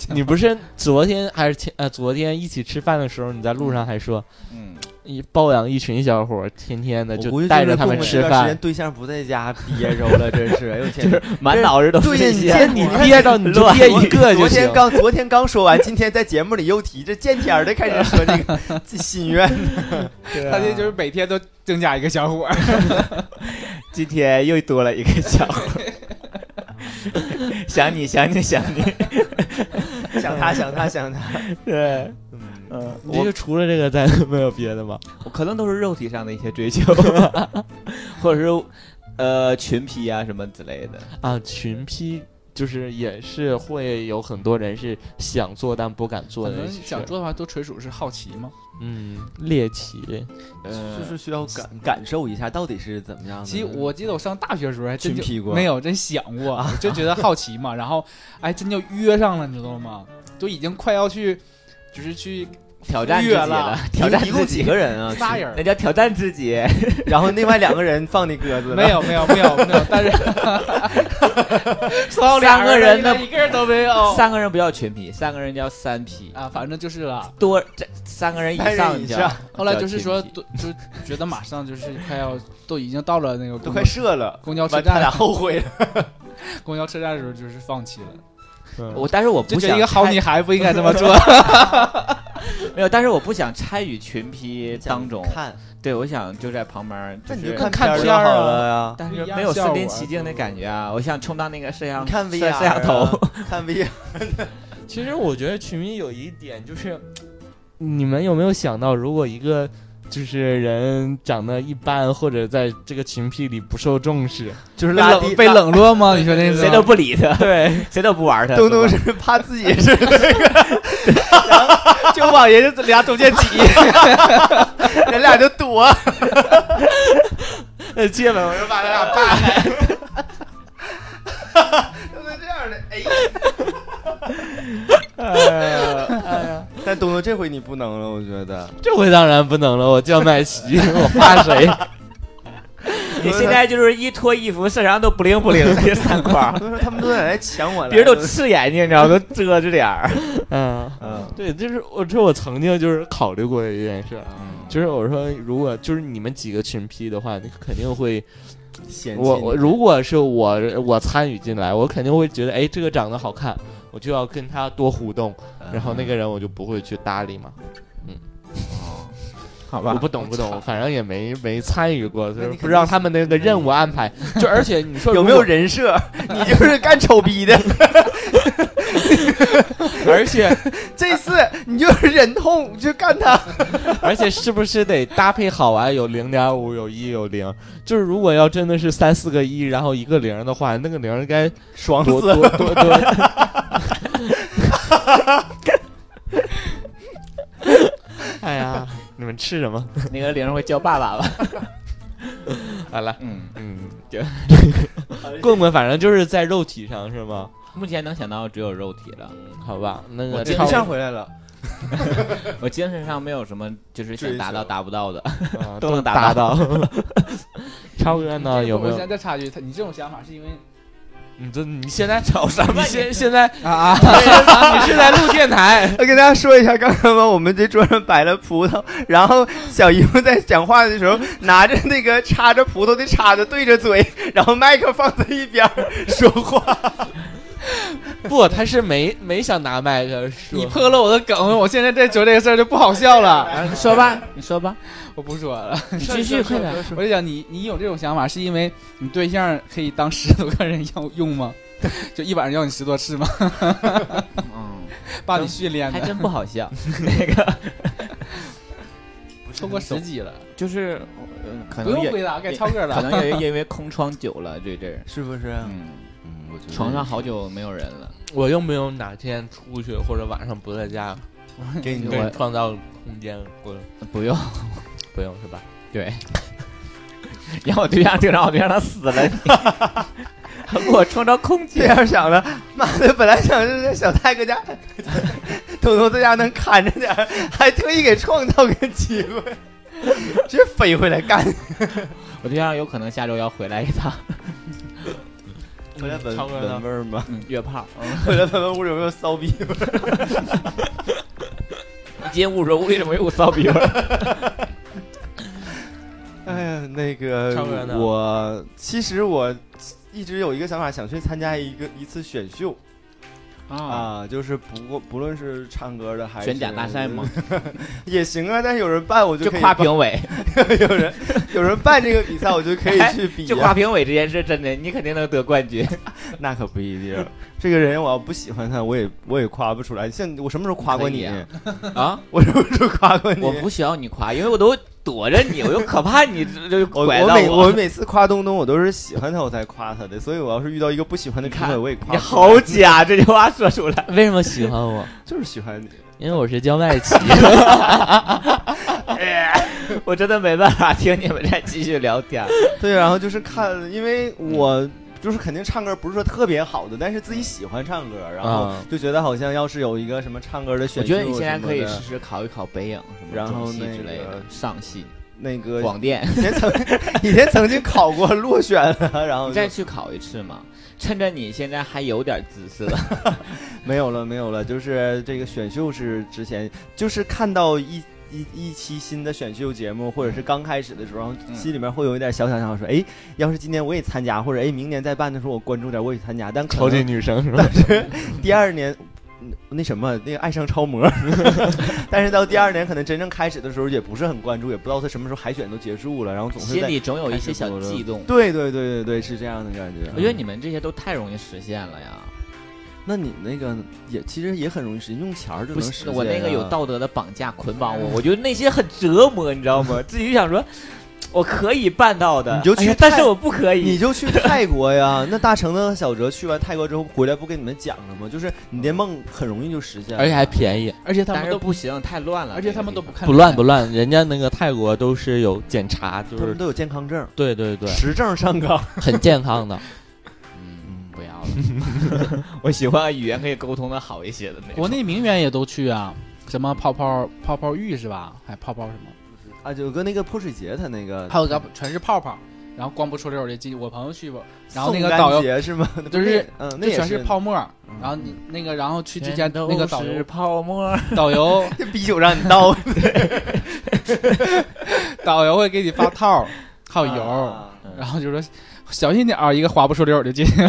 S4: 你不是昨天还是前呃昨天一起吃饭的时候，你在路上还说
S2: 嗯，
S4: 一包养一群小伙儿，天天的
S5: 我估计
S4: 带着
S5: 是
S4: 他
S5: 过
S4: 们
S5: 年
S4: 吃
S5: 这段时间
S4: 饭，
S5: 对象不在家憋着了，真是，哎呦天哪！
S2: 满脑 子都
S5: 对
S2: 是
S5: 呀，
S2: 这
S5: 你
S2: 些。
S5: 见你看
S4: 憋着 你就
S2: 乱
S4: 憋一个就
S5: 昨
S4: 行
S5: 天。 刚昨天刚说完，今天在节目里又提，这见天儿的开始说这 个这心愿，
S2: 啊
S5: 啊
S3: 他这就是每天都增加一个小伙儿，
S2: 今天又多了一个小伙 儿，想你想你想你，
S5: 想他想他想他，
S2: 对，
S5: 嗯，
S2: 嗯，
S4: 你这就除了这个，再没有别的吗？
S2: 我可能都是肉体上的一些追求，或者是呃群批啊什么之类的。
S4: 啊，群批就是也是会有很多人是想做但不敢做
S3: 可
S4: 的
S3: 能
S4: 事，
S3: 想做的话都纯属是好奇嘛。
S4: 嗯猎奇，
S2: 呃
S5: 就是需要感感受一下到底是怎么样的。
S3: 其实我记得我上大学的时候还真
S5: 群批
S3: 就
S5: 过
S3: 没有真想过，我就觉得好奇嘛。然后哎，真就约上了，你知道吗？都已经快要去，就是去
S2: 挑战自己
S3: 越了
S2: 挑战
S5: 一共
S2: 自
S5: 几
S2: 己，
S5: 个 人啊？
S3: 仨人儿
S2: 那，叫挑战自己。
S5: 然后另外两个人放那鸽子了，
S3: 没有没有没有没有，但是三
S2: 三个人的
S3: 一个人都没有
S2: 三个人不叫群批，三个人叫三批，
S3: 啊，反正就是了。
S2: 多这三个人以
S5: 三
S2: 上
S5: 人以
S2: 叫
S5: 上
S3: 后来就是说，
S2: 叫群
S3: 都就觉得马上就是快要都已经到了那个
S5: 都
S3: 公
S5: 快射了，
S3: 公交车
S5: 完他
S3: 站
S5: 俩，后悔了。
S3: 公交车站的时候就是放弃了，啊
S4: 嗯
S2: 我但是我
S3: 就
S2: 不
S3: 觉得
S2: 想
S3: 一个好
S2: 参
S3: 女孩不应该这么做。
S2: 没有，但是我不想参与群批当中。
S5: 看，
S2: 对，我想就在旁边儿，
S5: 那
S2: 就
S5: 你就是看
S3: 看
S5: 片
S3: 片
S5: 儿
S3: 儿
S5: 就
S3: 啊
S5: 好了呀。
S2: 但
S3: 不
S2: 是
S3: 一样
S2: 没有
S3: 效
S2: 身临
S3: 果
S2: 其境的感觉啊！我想充当那个摄像
S5: 你看 VR，
S2: 摄摄像头，
S5: 啊看 VR，
S4: 其实我觉得群迷有一点就是，你们有没有想到，如果一个就是人长得一般，或者在这个群批里不受重视，
S5: 就是
S3: 被
S5: 拉低
S3: 冷被。冷落吗？你说那
S2: 谁都不理他，
S4: 对，
S2: 谁都不玩 他。
S5: 东东
S2: 是
S5: 是
S2: 吧
S5: 怕自己是那个，然后
S3: 就往人家俩中间挤，
S5: 人俩就躲，
S4: 呃，接吻，我说
S5: 把他俩扒开。 都是这样的，哎。哎但东东这回你不能了，我觉得。
S4: 这回当然不能了，我叫麦琪，我怕谁？
S2: 你现在就是一脱衣服，身上都不灵不灵的三块儿，
S5: 东东说他们都在来抢 我来，
S2: 别人都赤眼睛，你知道吗，都遮着脸儿。
S4: 嗯，
S2: 嗯，
S4: 对，就是我这我曾经就是考虑过一件事啊，
S2: 嗯
S4: 就是我说如果就是你们几个群批的话，你肯定会
S5: 嫌弃
S4: 我我
S5: 你
S4: 如果是我我参与进来，我肯定会觉得哎这个长得好看，我就要跟他多互动，
S2: 嗯
S4: 然后那个人我就不会去搭理嘛。
S2: 好
S4: 我
S2: 吧，
S4: 不懂不懂，反正也没没参与过，所
S5: 那
S4: 以
S5: 你
S4: 不知道他们那个任务安排。就而且你说
S5: 有
S4: 如
S5: 没有
S4: 果？
S5: 人设？ 你就是干丑逼的，
S4: 而且
S5: 这次你就是忍痛就干他。
S4: 而且是不是得搭配好啊？有零点五，有一，有零。就是如果要真的是三四个一，然后一个零的话，那个零应该
S5: 爽
S4: 多
S5: 死！
S4: 多多多。 哎呀，你们吃什么？
S2: 那个铃儿会叫爸爸吧？
S4: 好了，
S2: 嗯，
S4: 嗯， 就棍棍，反正就是在肉体上是吗？
S2: 目前能想到只有肉体了，
S4: 好吧，那
S2: 我
S4: 个
S2: 今
S4: 超
S2: 天
S5: 上回来了，
S2: 我精神上没有什么就是想
S5: 追
S2: 达到
S5: 求
S2: 达不到的。
S4: 啊
S2: 都能
S4: 达
S2: 达
S4: 到。 超哥呢？有没
S3: 我现
S4: 有？
S3: 在插一句，他你这种想法是因为
S4: 你这你现在找什
S2: 么
S4: 你
S2: 你
S4: 现现在
S3: 啊 啊，
S4: 你 是在录电台？
S5: 我跟大家说一下，刚刚我们这桌上摆了葡萄，然后小姨夫在讲话的时候拿着那个插着葡萄的叉子对着嘴，然后麦克放在一边儿说话。
S4: 不，他是没没想拿麦克说
S3: 你。破了我的梗，我现在在说这个事儿就不好笑了，
S2: 啊你说吧，你说吧，
S3: 我不说了，
S2: 你继 续快 点。
S3: 我就想你，你有这种想法是因为你对象可以当十多个人要用吗？ 就一晚上要你十多次吗？
S2: 嗯，
S3: 把你训练
S2: 还
S3: 的
S2: 真不好笑。 那个
S3: 超过十几了，
S2: 就是，嗯，可
S3: 不
S2: 能
S3: 用
S2: 也
S3: 回答，该超哥
S2: 可
S3: 了。
S2: 能也是因为空窗久了这阵儿，
S5: 是不是？
S2: 嗯，
S5: 嗯，我觉得
S2: 床上好久没有人了。
S4: 我又没有哪天出去或者晚上不在家，
S5: 给
S2: 嗯
S5: 你
S4: 给
S5: 个
S4: 你创造空间，不
S2: 不用，
S4: 不用是吧？
S2: 对。让我对象听着，我对象他死了，你还 给我创造空
S5: 这
S2: 间。
S5: 样想的，妈的，本来想是在小泰哥家，东东在家能看着点儿，还特意给创造个机会，这飞回来干。
S2: 我对象有可能下周要回来一趟，
S5: 回来闻
S4: 超哥
S5: 闻
S4: 呢？
S5: 味儿吗？
S2: 嗯，约炮。
S5: 回来闻闻屋里有没有骚逼味儿？
S2: 一进屋说屋里怎么有股骚逼味儿？
S5: 哎呀，那个
S4: 超哥呢
S5: 我其实我一直有一个想法，想去参加一个一次选秀
S3: 啊，
S5: 啊，就是不过不论是唱歌的还是
S2: 选奖大赛吗？
S5: 也行啊，但是有人办 我就
S2: 就
S5: 可以
S2: 夸
S5: 报
S2: 评委，
S5: 有人有人办这个比赛，我 就可以去比、
S2: 哎
S5: 啊
S2: 就夸评委这件事真的，你肯定能得冠军。
S5: 那可不一定。这个人我要不喜欢他，我也我也夸不出来。像我什么时候夸过你
S2: 可以？啊！
S5: 我什么时候夸过你？
S2: 我不需要你夸，因为我都躲着你，我又可怕你这这
S5: 我
S2: 拐到
S5: 每
S2: 我
S5: 每次夸东东，我都是喜欢他我才夸他的，所以我要是遇到一个不喜欢的评委，我也夸
S2: 你
S5: 不出来
S2: 好假，这句话说出来。
S4: 为什么喜欢我？
S5: 就是喜欢你。
S4: 因为我是叫麦琪。
S2: 我真的没办法听你们再继续聊天。
S5: 对，然后就是看，因为我就是肯定唱歌不是说特别好的，但是自己喜欢唱歌，然后
S4: 啊
S5: 就觉得好像要是有一个什么唱歌的选
S2: 我
S5: 秀
S2: 觉
S5: 什
S2: 得
S5: 么
S2: 你
S5: 的，
S2: 现在可以试试考一考北影什么
S5: 然后
S2: 中戏
S5: 那
S2: 之类的
S5: 个
S2: 上戏、
S5: 那个
S2: 广电，
S5: 以前曾以前曾经考过落选了，然后
S2: 你
S5: 就
S2: 再去考一次嘛。趁着你现在还有点姿色，
S5: 没有了，没有了。就是这个选秀是之前就是看到一。一一期新的选秀节目，或者是刚开始的时候，
S2: 嗯
S5: 心里面会有一点小小想法，说，哎，要是今年我也参加，或者哎，明年再办的时候我关注点，我也参加。但可
S4: 超级
S5: 能
S4: 女生是吧？
S5: 第二年，嗯那什么，那个爱上超模， 但是到第二年可能真正开始的时候，也不是很关注，也不知道他什么时候海选都结束了，然后 总是
S2: 心
S5: 在，
S2: 里总有一些小悸动。
S5: 对对对对对，是这样的感觉。
S2: 我觉得你们这些都太容易实现了呀！
S5: 那你那个也其实也很容易实现，用钱儿就
S2: 不
S5: 能实
S2: 是
S5: 现。啊
S2: 我那个有，道德的绑架捆绑我，我觉得内心很折磨，你知道吗？自己就想说，我可以办到的，
S5: 你就去
S2: 哎呀
S5: 看
S2: 但是我不可以。
S5: 你就去泰国呀。那大成和小哲去完泰国之后回来，不跟你们讲了吗？就是你的梦很容易就实现了，
S4: 而且还便 宜，
S3: 而且他
S2: 但
S3: 们
S2: 是
S3: 都，
S2: 不行，太乱了。
S3: 而且他们
S2: 这
S3: 都
S2: 个
S3: 不
S2: 地
S3: 看
S4: 不乱不乱，人家那个泰国都是有检查，就
S5: 他们
S4: 是
S5: 都有健康证，
S4: 对对对，
S5: 持证上岗。
S4: 很健康 的。
S2: 方，嗯，不要了。 我喜欢语言可以沟通的好一些的那种。
S3: 国内名媛也都去啊，什么泡泡泡泡浴是吧？还泡泡什么？
S5: 啊，有个那个泼水节，他那个
S3: 还有个全是泡泡，然后光不出溜儿的进。我朋友去过，然后那个
S5: 宋
S3: 导
S5: 干
S3: 游
S5: 节是吗？ 那不
S3: 就是
S5: 那嗯，那
S3: 就
S5: 也
S3: 全是
S5: 是
S3: 泡沫儿，
S5: 嗯
S3: 然后你那个然后去之前那个导游
S2: 泡沫，
S3: 导游
S5: 这 啤酒让你 倒
S3: 导游会给你发套儿，还有油儿，
S5: 啊
S3: 然后就说小心点儿，啊一个滑不出溜儿的进去，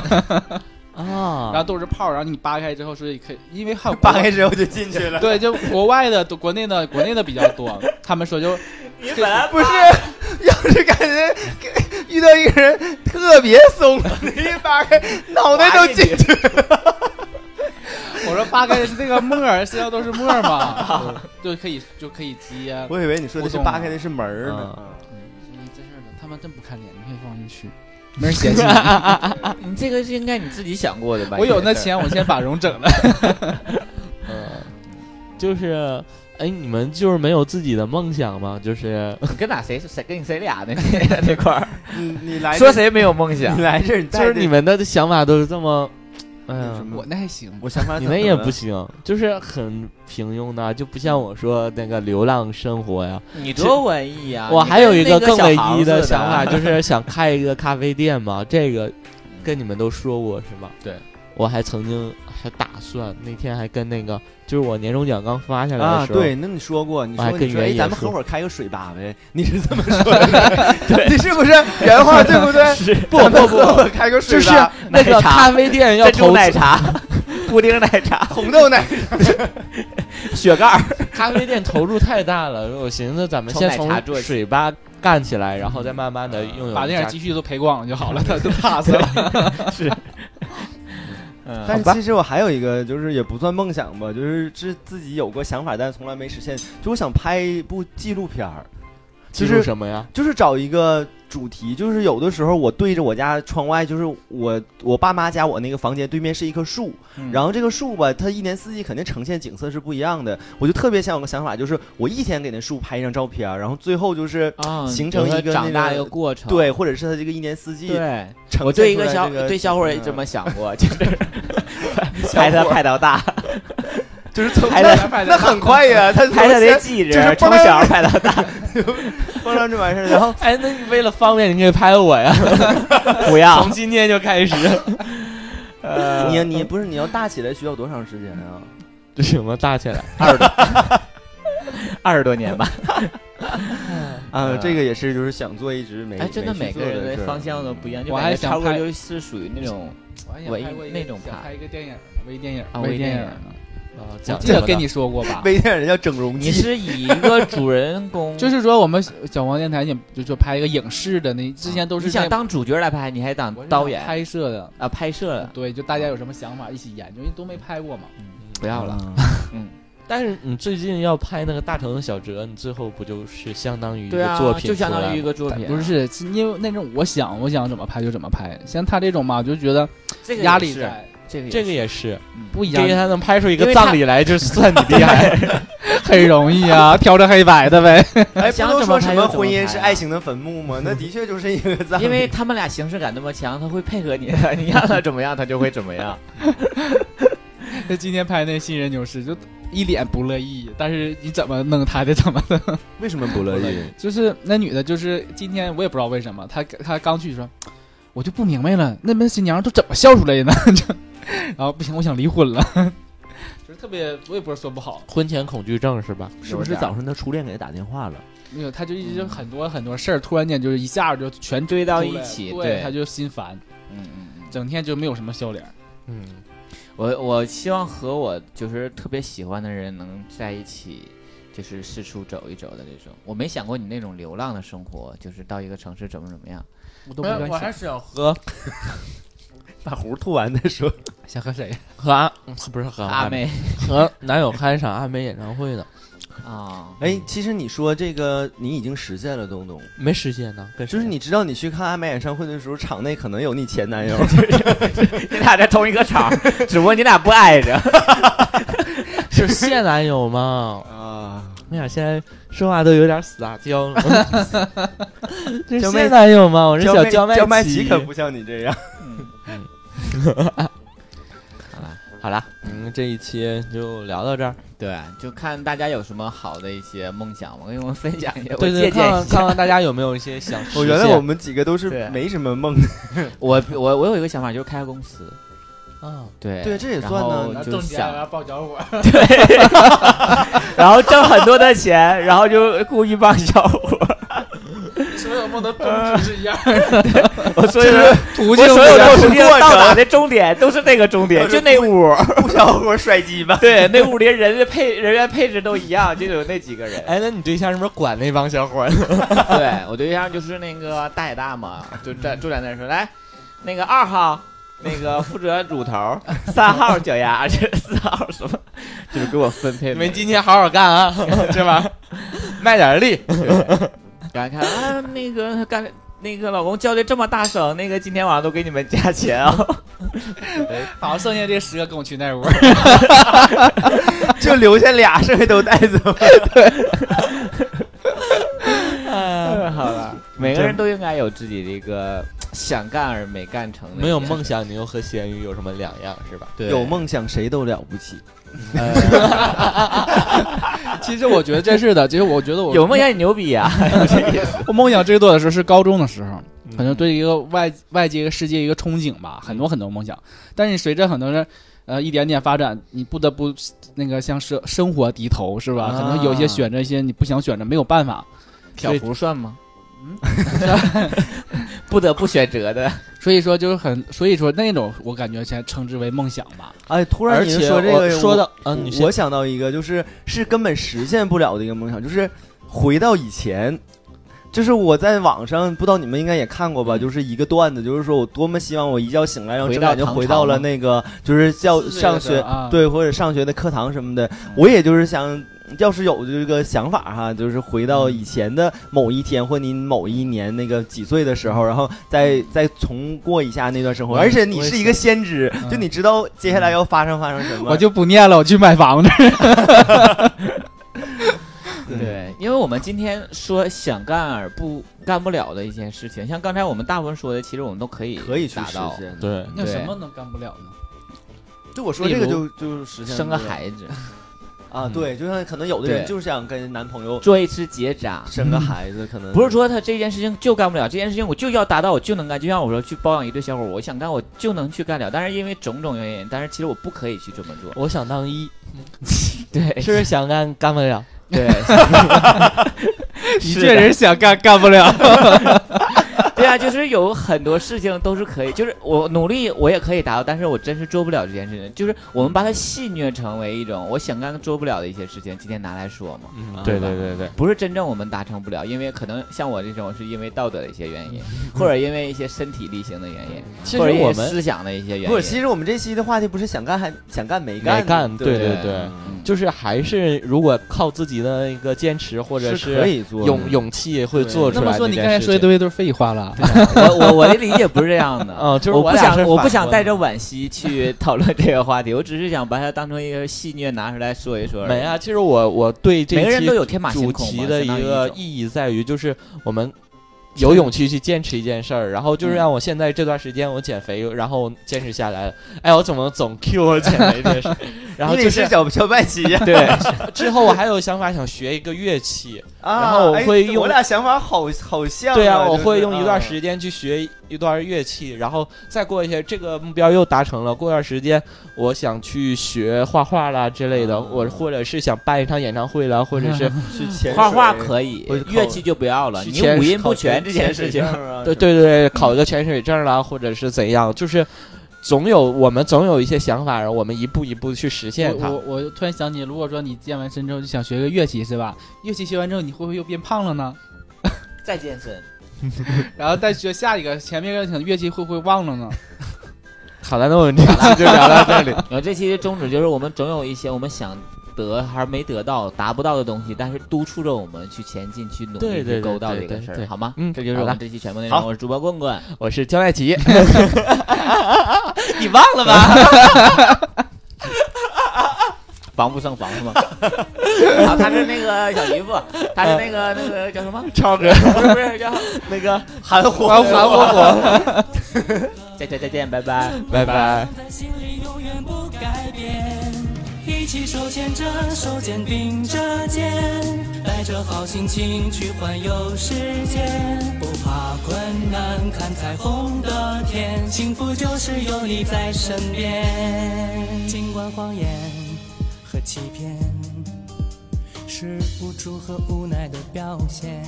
S3: 然后
S4: 啊，
S3: 都是泡儿，然后你扒开之后说也可以，因为还有
S5: 扒开之后就进去 了。
S3: 对，就国外的、国内的、国内的比较多。他们说就
S2: 你本来
S5: 不是， 要是感觉给遇到一个人特别松，你一扒开脑袋都进 去。
S3: 我说扒开的是那个沫儿，身上都是沫儿 嘛，就可以就可以接。
S5: 我以为你说的是扒开的是门儿呢
S4: 啊。
S3: 你这事儿的，他们真不看脸，你可以放进去，没人嫌弃。
S2: 你这个是应该你自己想过的吧？
S3: 我有
S2: 这个
S3: 那
S2: 事儿，
S3: 钱，我先把容整了。
S4: 嗯，就是，哎，你们就是没有自己的梦想吗？就是
S2: 你跟哪谁谁跟你谁俩呢？ 那那块儿
S5: 你你来
S2: 说
S5: 这？
S2: 谁没有梦想
S5: 你？来这儿，你带
S4: 就是
S5: 着
S4: 你们的想法都是这么，哎
S5: 那什
S4: 呀，
S5: 么
S3: 我那还行，
S5: 我想法
S4: 你
S5: 怎么
S4: 们也
S5: 了
S4: 不行，就是很平庸的，啊就不像我说那个流浪生活呀。
S2: 你多文艺呀！
S4: 我
S2: 啊你
S4: 还有
S2: 跟
S4: 一
S2: 那个
S4: 更唯
S2: 小
S4: 一
S2: 孩
S4: 的
S2: 子
S4: 想法，就是想开一个咖啡店嘛。这个跟你们都说过是吧？
S3: 对，
S4: 我还曾经还打算那天还跟那个，就是我年终奖刚发下来
S5: 啊？
S4: 的时候，
S5: 对，那你说过，你
S4: 我还
S5: 说
S4: 跟
S5: 你说，
S4: 袁
S5: 哎，
S4: 野
S5: 咱们合
S4: 说
S5: 伙开个水吧呗？ 你是这么说的？ 你是不是原话对 不对？
S2: 是
S5: 不不不，开个水
S4: 就是
S5: 吧。
S4: 那个
S2: 奶茶
S4: 咖啡店要
S2: 珍珠
S4: 投
S2: 奶
S4: 资，
S2: 茶、 布丁奶茶、
S5: 红豆奶
S2: 雪盖儿。
S4: 咖啡店投入太大了。我寻思咱们
S2: 从
S4: 先
S2: 奶
S4: 从
S2: 茶做起
S4: 水吧干起来，然后再慢慢的拥有
S3: 把那
S4: 一
S3: 点
S4: 家
S3: 积蓄都赔光了就好了，他就 pass 了。
S2: 嗯，
S5: 但
S2: 好
S5: 是
S2: 吧，
S5: 其实我还有一个，就是也不算梦想吧，就是是自己有过想法，但从来没实现。就我想拍一部纪录片儿，
S4: 记
S5: 就
S4: 住
S5: 是
S4: 什么呀？
S5: 就是找一个主题。就是有的时候我对着我家窗外，就是我我爸妈家我那个房间对面是一棵树，
S3: 嗯
S2: 嗯
S5: 然后这个树吧，它一年四季肯定呈现景色是不一样的。我就特别想有个想法，就是我一天给那树拍一张照片儿，然后最后就是。
S2: 啊，
S5: 形成一个
S2: 有它长
S5: 那
S2: 大
S5: 个
S2: 一个过程。
S5: 对，或者是它这个一年四季
S2: 对，我
S5: 呈现出来这个景色，
S2: 对一个小对小伙儿也这么想过，就是 拍他拍到 大，
S5: 就是从
S2: 拍的
S5: 那那很快 呀，他
S2: 拍他
S5: 得
S2: 得记
S5: 就是
S2: 着，从
S5: 嘣儿
S2: 小拍到 大，
S5: 蹦上就完事儿，然后
S4: 哎，那你为了方便，你可以拍我 呀，
S2: 不要
S4: 从。今天就开始。
S2: 呃
S5: 你你不是你要大起来需要多长时间啊？
S4: 这什么大起来？
S2: 二十多年吧，
S5: 啊，这个也是就是想做一直没
S2: 哎，真的每
S5: 没去
S2: 个
S5: 做
S2: 人
S5: 事
S2: 的
S5: 儿
S2: 方 向都不一样，就
S3: 我
S2: 感
S3: 还
S2: 觉
S3: 想
S2: 超哥
S3: 拍
S2: 就是属于那种
S3: 我还想
S2: 文艺
S3: 拍过一个
S2: 那种
S3: 想
S2: 拍
S3: 拍一个电影，微电影，
S2: 啊微
S3: 微
S2: 电
S3: 电
S2: 影
S3: 呢。
S4: 啊，
S3: 我
S4: 讲
S3: 记得
S4: 这
S3: 跟
S4: 么
S3: 你说过吧？
S5: 微电影叫整容
S2: 你
S5: 记，
S2: 是以一个主人公，
S3: 就是说我们小黄电台，你就说拍一个影视的，那之前都是
S2: 你想
S3: 那
S2: 当主角来拍，你还当
S3: 我是
S2: 导
S3: 想
S2: 演
S3: 拍摄的，
S2: 啊？拍摄了
S3: 对，就大家有什么想法一起研究，因为都没拍过嘛。
S2: 不要了， 嗯，
S4: 但是你最近要拍那个《大城小哲》，你最后不就是相当于一
S2: 对
S4: 个
S2: 啊
S4: 作，品
S2: 就相
S4: 出来
S2: 当于一
S4: 吗
S2: 个作品啊，
S3: 不是，是因为那种我想我想怎么拍就怎么拍，像他这种嘛，我就觉得
S2: 这个
S3: 压
S2: 也
S3: 力
S2: 是
S3: 在，
S2: 这个
S4: 这
S2: 这
S4: 个也是，
S3: 不一
S4: 这
S3: 样
S4: 个，他能拍出一
S2: 因
S4: 个
S2: 为他
S4: 葬礼来，就算你厉害。
S3: 很容易啊，挑着黑白的呗。
S5: 哎，不
S2: 想
S5: 都
S2: 怎么
S5: 说
S2: 拍
S5: 什
S2: 就
S5: 么
S2: 怎
S5: 婚
S2: 么
S5: 姻
S2: 拍
S5: 是
S2: 啊
S5: 爱情的坟 墓吗？那的确就是一个葬礼，
S2: 因为他们俩形式感那么强，他会配合你的，你让他怎么样，他就会怎么样。
S3: 那今天拍那新人牛师就一脸不乐意，但是你怎么弄他的怎么弄，
S5: 为什么不乐意？
S3: 就是那女的，就是今天我也不知道为什么，她她刚去说，我就不明白了，那边新娘都怎么笑出来的呢？ 就然后不行，我想离婚了， 就是特别我也不是说不好，
S4: 婚前恐惧症是吧？
S5: 是不是早上他初恋给他打电话了？
S3: 没有，她就一直很多很多事儿，突然间就是一下就全
S2: 堆到
S3: 出
S2: 一
S3: 来
S2: 起
S3: 对，
S2: 对
S3: 她就心烦，
S2: 嗯嗯嗯，
S3: 整天就没有什么笑脸。
S4: 嗯，
S2: 我我希望和我就是特别喜欢的人能在一起，就是四处走一走的这种。我没想过你那种流浪的生活，就是到一个城市怎么怎么样。
S3: 我都
S4: 没有我还
S3: 是想
S4: 和
S5: 把胡吐完再说。
S3: 想和谁？
S4: 和阿嗯不是和
S2: 阿
S4: 阿
S2: 妹
S4: 和男友开一场阿妹演唱会呢，
S2: 啊，
S5: 哎，其实你说这个你已经实现了，东东，
S4: 没时间呢，跟谁
S5: 就是你知道你去看阿麦演唱会的时候，场内可能有你前 男友，
S2: 你俩在同一个场，只不过你俩不挨着。
S4: 是现男友 嘛？
S5: 啊，
S4: 我俩现在说话都有点死啊娇了。这是
S5: 娇妹
S4: 现男友嘛？我是小
S5: 娇
S4: 麦
S5: 娇麦琪
S4: 琪
S5: 可不像你这样。
S4: 好啦，嗯，这一期就聊到这儿。
S2: 对，啊就看大家有什么好的一些梦想，我给我们分享一下，
S4: 对
S2: 我
S4: 对，
S2: 借
S4: 看
S2: 鉴
S4: 看
S2: 一下。
S4: 看看大家有没有一些想实
S5: 我哦原来
S4: 现
S5: 我们几个都是
S2: 对
S5: 没什么梦
S2: 我我我有一个想法，就是开个公司。
S4: 啊，
S2: 对
S5: 对这也
S2: 然
S5: 算呢
S2: 后
S5: 那
S2: 就想
S3: 抱小 伙，
S2: 啊然后挣很多的钱，然后就故意帮小 伙儿。
S3: 所有梦的宗旨是一样，
S2: 我所以说，
S3: 途
S2: 我
S3: 径
S2: 所有
S5: 都
S2: 的
S5: 是
S2: 途径
S5: 过程
S2: 到达的终点都是那个终点，
S5: 都是
S2: 就那屋。
S5: 不小伙甩鸡巴。
S2: 对，那屋里人的配人员配置都一样，就有那几个人。
S4: 哎，那你对象是不是管那帮小伙儿？
S2: 对我对象就是那个大爷大嘛，就在就在那儿说来，那个二号。那个负责乳头，三号脚丫，这四号什么， 就是给我分配
S4: 你
S2: 了。
S4: 们今天好好干啊，是吧？卖点力。
S2: 然后看啊，那个干那个老公叫的这么大声，那个今天晚上都给你们加钱啊、
S3: 好，剩下这十个跟我去那屋。
S5: 就留下俩，剩下都带走。
S2: 好了，嗯 每个人都应该有自己的一个想干而没干成的一件事，
S4: 没有梦想，你又和咸鱼有什么两样是吧？
S2: 对，
S5: 有梦想谁都了不起，
S3: 其实我觉得真是的，其实我觉得我
S2: 有梦想你牛逼啊！
S3: 我梦想最多的时候是高中的时候，可能
S4: 对
S3: 对一个外外界一个世界一个憧憬吧，很多很多梦想。但是随着很多人，呃，一点点发展，你不得不那个向生生活低头，是吧？
S2: 啊
S3: 可能有些选择一些你不想选择，没有办法。
S2: 小胡算吗？嗯 不得不选择的，
S3: 所以说就是很，所以说那种我感觉现在称之为梦想吧。
S5: 哎，突然
S4: 而
S5: 您
S4: 且
S5: 说这个，
S4: 我说到，
S5: 我，
S4: 嗯，你
S5: 我
S4: 先
S5: 想到一个，就是是根本实现不了的一个梦想，就是回到以前。就是我在网上不知道你们应该也看过吧，就是一个段子，就是说我多么希望我一觉醒来，然后
S2: 回
S5: 睁
S2: 到
S5: 眼就
S2: 唐
S5: 回
S2: 朝
S5: 到了
S2: 吗
S5: 那个就是教
S3: 是这个
S5: 上
S3: 的
S5: 学
S3: 啊
S5: 对或者上学的课堂什么的。我也就是想，要是有这个想法哈，就是回到以前的某一天或您某一年那个几岁的时候，然后再再重过一下那段生活。
S4: 我
S5: 而且你
S4: 我也
S5: 是一个
S4: 是
S5: 先知，就
S3: 嗯
S5: 你知道接下来要发生发生什么。
S3: 我就不念了，我去买房子。
S2: 对，因为我们今天说想干而不干不了的一件事情，像刚才我们大部分说的，其实我们都可以
S5: 可以去
S2: 达
S5: 实
S2: 到，
S5: 现。，
S4: 对
S3: 那
S2: 对
S3: 什么能干不了呢？
S5: 就我说这个
S2: 例
S5: 就
S2: 如
S5: 就是实现
S2: 生个
S5: 不了
S2: 孩子，
S5: 啊，
S4: 嗯
S5: 对，就像可能有的人
S2: 对
S5: 就是想跟男朋友
S2: 做一次结扎，
S5: 生个孩子，可能
S2: 不是说他这件事情就干不了，这件事情我就要达到，我就能干。就像我说去包养一对小伙，我想干我就能去干了，但是因为种种原因，但是其实我不可以去这么做。
S4: 我想当一，
S2: 对，
S4: 是不是想干干不了？
S2: 对，
S3: 你
S2: 是
S3: 确实想干干 不了。
S2: 对啊，就是有很多事情都是可以，就是我努力我也可以达到，但是我真是做不了这件事情。就是我们把它戏谑成为一种我想干做不了的一些事情，今天拿来说嘛，
S5: 嗯
S4: 对对对对，
S2: 不是真正我们达成不了，因为可能像我这种是因为道德的一些原因，或者因为一些身体力行的原 因，
S5: 其
S2: 或者
S5: 实
S2: 因
S5: 我
S2: 为
S5: 们
S2: 思想的一些原
S5: 不是，其
S2: 因。
S5: 实我们这期的话题不是想干还想干没干，
S4: 没干
S5: 对
S4: 对
S2: 对
S4: 对
S5: 嗯
S4: 就是还是如果靠自己的一个坚持或者
S5: 是可
S4: 是
S5: 以做的
S4: 勇勇气会
S5: 对
S4: 做
S3: 那
S4: 出
S3: 么
S4: 来
S3: 说，
S4: 这
S3: 你
S4: 件
S3: 刚才
S4: 事
S3: 说的
S4: 情
S3: 东西都是废话了。
S2: 我我我的理解不是这样的。
S4: 嗯，就是
S2: 我不
S4: 俩是
S2: 想，我不
S4: 反
S2: 想
S4: 过
S2: 带
S4: 来
S2: 着惋惜去讨论这个话题，我只是想把它当成一个戏谑拿出来说一说而已。
S4: 没啊，其实我我对这
S2: 每个人
S4: 期
S2: 都有天马行
S4: 主
S2: 空嘛
S4: 题的
S2: 相当于
S4: 一
S2: 一
S4: 个
S2: 种
S4: 意义在于，就是我们 有勇气去坚持一件事儿，然后就是
S2: 嗯
S4: 让我现在这段时间我减肥，然后坚持下来了。哎，我怎么总 Q 我减肥这件事儿？ 然后
S5: 你
S4: 就
S5: 得是
S4: 是
S5: 小小麦琪 呀，
S4: 对，之后我还有想法想学一个乐器，
S5: 啊
S4: 然后我
S5: 哎
S4: 会用
S5: 我俩想法好好像
S4: 对
S5: 啊，
S4: 我
S5: 就是
S4: 会用
S2: 嗯
S4: 一段。
S5: 啊
S4: 时间去学一段乐器，然后再过一些这个目标又达成了，过段时间我想去学画画啦之类
S2: 啊
S4: 的，
S5: 嗯
S4: 我或者是想办一场演唱会啦，或者是
S5: 去潜
S2: 画画
S5: 水
S2: 可以
S5: 我就，靠
S2: 乐器就不要了。
S4: 去
S2: 你
S4: 潜
S2: 五
S4: 水
S2: 音不全这件事情
S5: 潜，水证啊
S4: 对对对，考一个潜水证啦，或者是怎样，就是总有我们总有一些想法，然后我们一步一步去实现
S3: 我
S4: 它
S3: 我。我突然想起，如果说你健完身之后就想学个乐器是吧？乐器学完之后，你会不会又变胖了呢？
S2: 再健身。
S3: 然后再学下一个，前面想乐器会不会忘了呢？
S4: 好了，那我们这期就聊到这里。
S2: 然后这期的宗旨就是，我们总有一些我们想得还没得到、达不到的东西，但是督促着我们去前进、去努
S4: 对
S2: 力、
S4: 对
S2: 去
S4: 对
S2: 勾到这
S4: 对
S2: 个
S4: 对
S2: 事
S4: 对
S2: 儿，好吗？
S4: 嗯
S2: 这就是
S4: 好
S2: 我
S4: 的
S2: 们这期全部内
S5: 好
S2: 容。我是主播棍棍，
S4: 我是焦麦琪，
S2: 你忘了吧？防不胜防 是吗？啊，他是那个小姨夫，他是那个那个叫什么？
S4: 超哥，
S2: 不是不是叫那个？
S5: 含糊
S4: 欢呼欢呼。
S2: 再见再见，拜拜。
S4: 拜拜。
S6: 在心里永远不改变。一起手牵着手，肩并着肩，带着好心情去环游世界，不怕困难，看彩虹的天，幸福就是有你在身边。尽管谎言和欺骗。是无助和无奈的表现。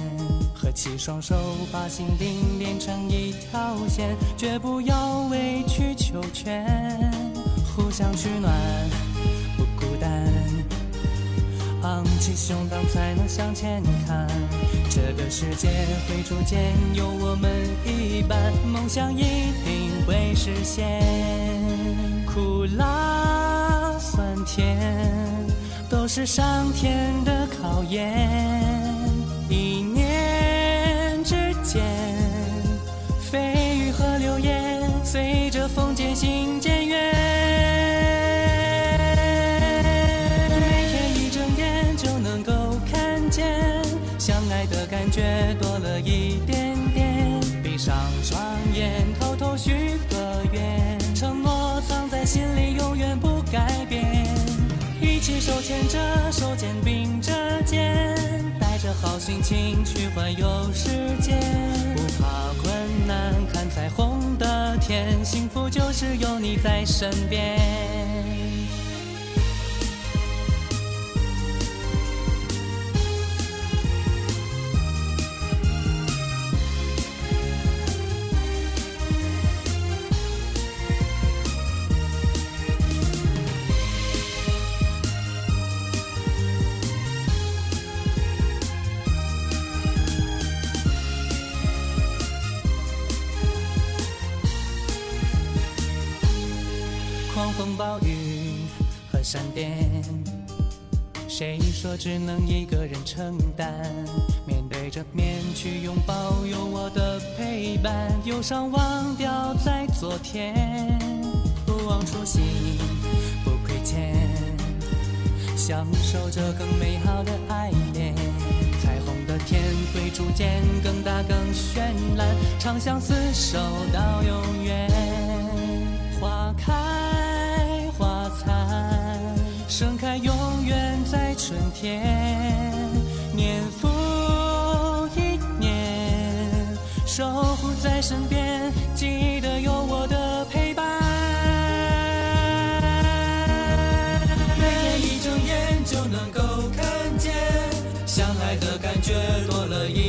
S6: 合起双手，把心灵连成一条线，绝不要委曲求全，互相取暖，不孤单。昂起胸膛才能向前看。这个世界会逐渐有我们一半，梦想一定会实现。苦辣酸甜都是上天的考验，一念之间，蜚语和流言随着风渐行渐远。每天一睁眼就能够看见，相爱的感觉多了一点点。闭上双眼，偷偷许个愿，承诺藏在心里，永远不改变。一起手牵着手，肩并着肩，带着好心情去环游世界，不怕困难，看彩虹的天，幸福就是有你在身边。狂风暴雨和闪电，谁说只能一个人承担？面对着面去拥抱，有我的陪伴，忧伤忘掉在昨天，不忘初心，不亏欠。享受着更美好的爱恋。彩虹的天会逐渐更大更绚烂，长相厮守到永远。花开花残，盛开永远在春天。年复一年，守护在身边，记得有我的陪伴。每天一睁眼就能够看见，相爱的感觉多了眼，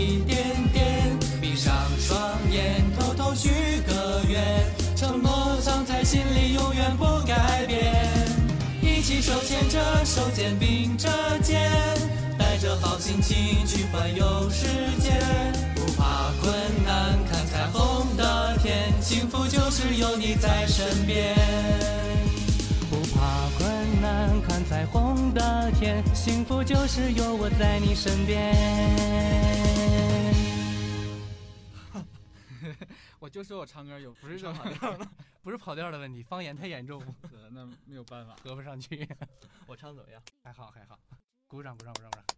S6: 偷偷许个愿，承诺藏在心里，永远不改变。一起手牵着手，肩并着肩，带着好心情去环游世界，不怕困难，看彩虹的天，幸福就是有你在身边。不怕困难，看彩虹的天，幸福就是有我在 你身边。
S3: 我就说我唱歌有不是
S6: 唱
S3: 唱
S6: 跑调了，不是跑调的问题，方言太 严重，
S3: 那没有办法。
S6: 合不上去。我唱怎么样？还好还好，鼓掌鼓掌鼓掌鼓掌。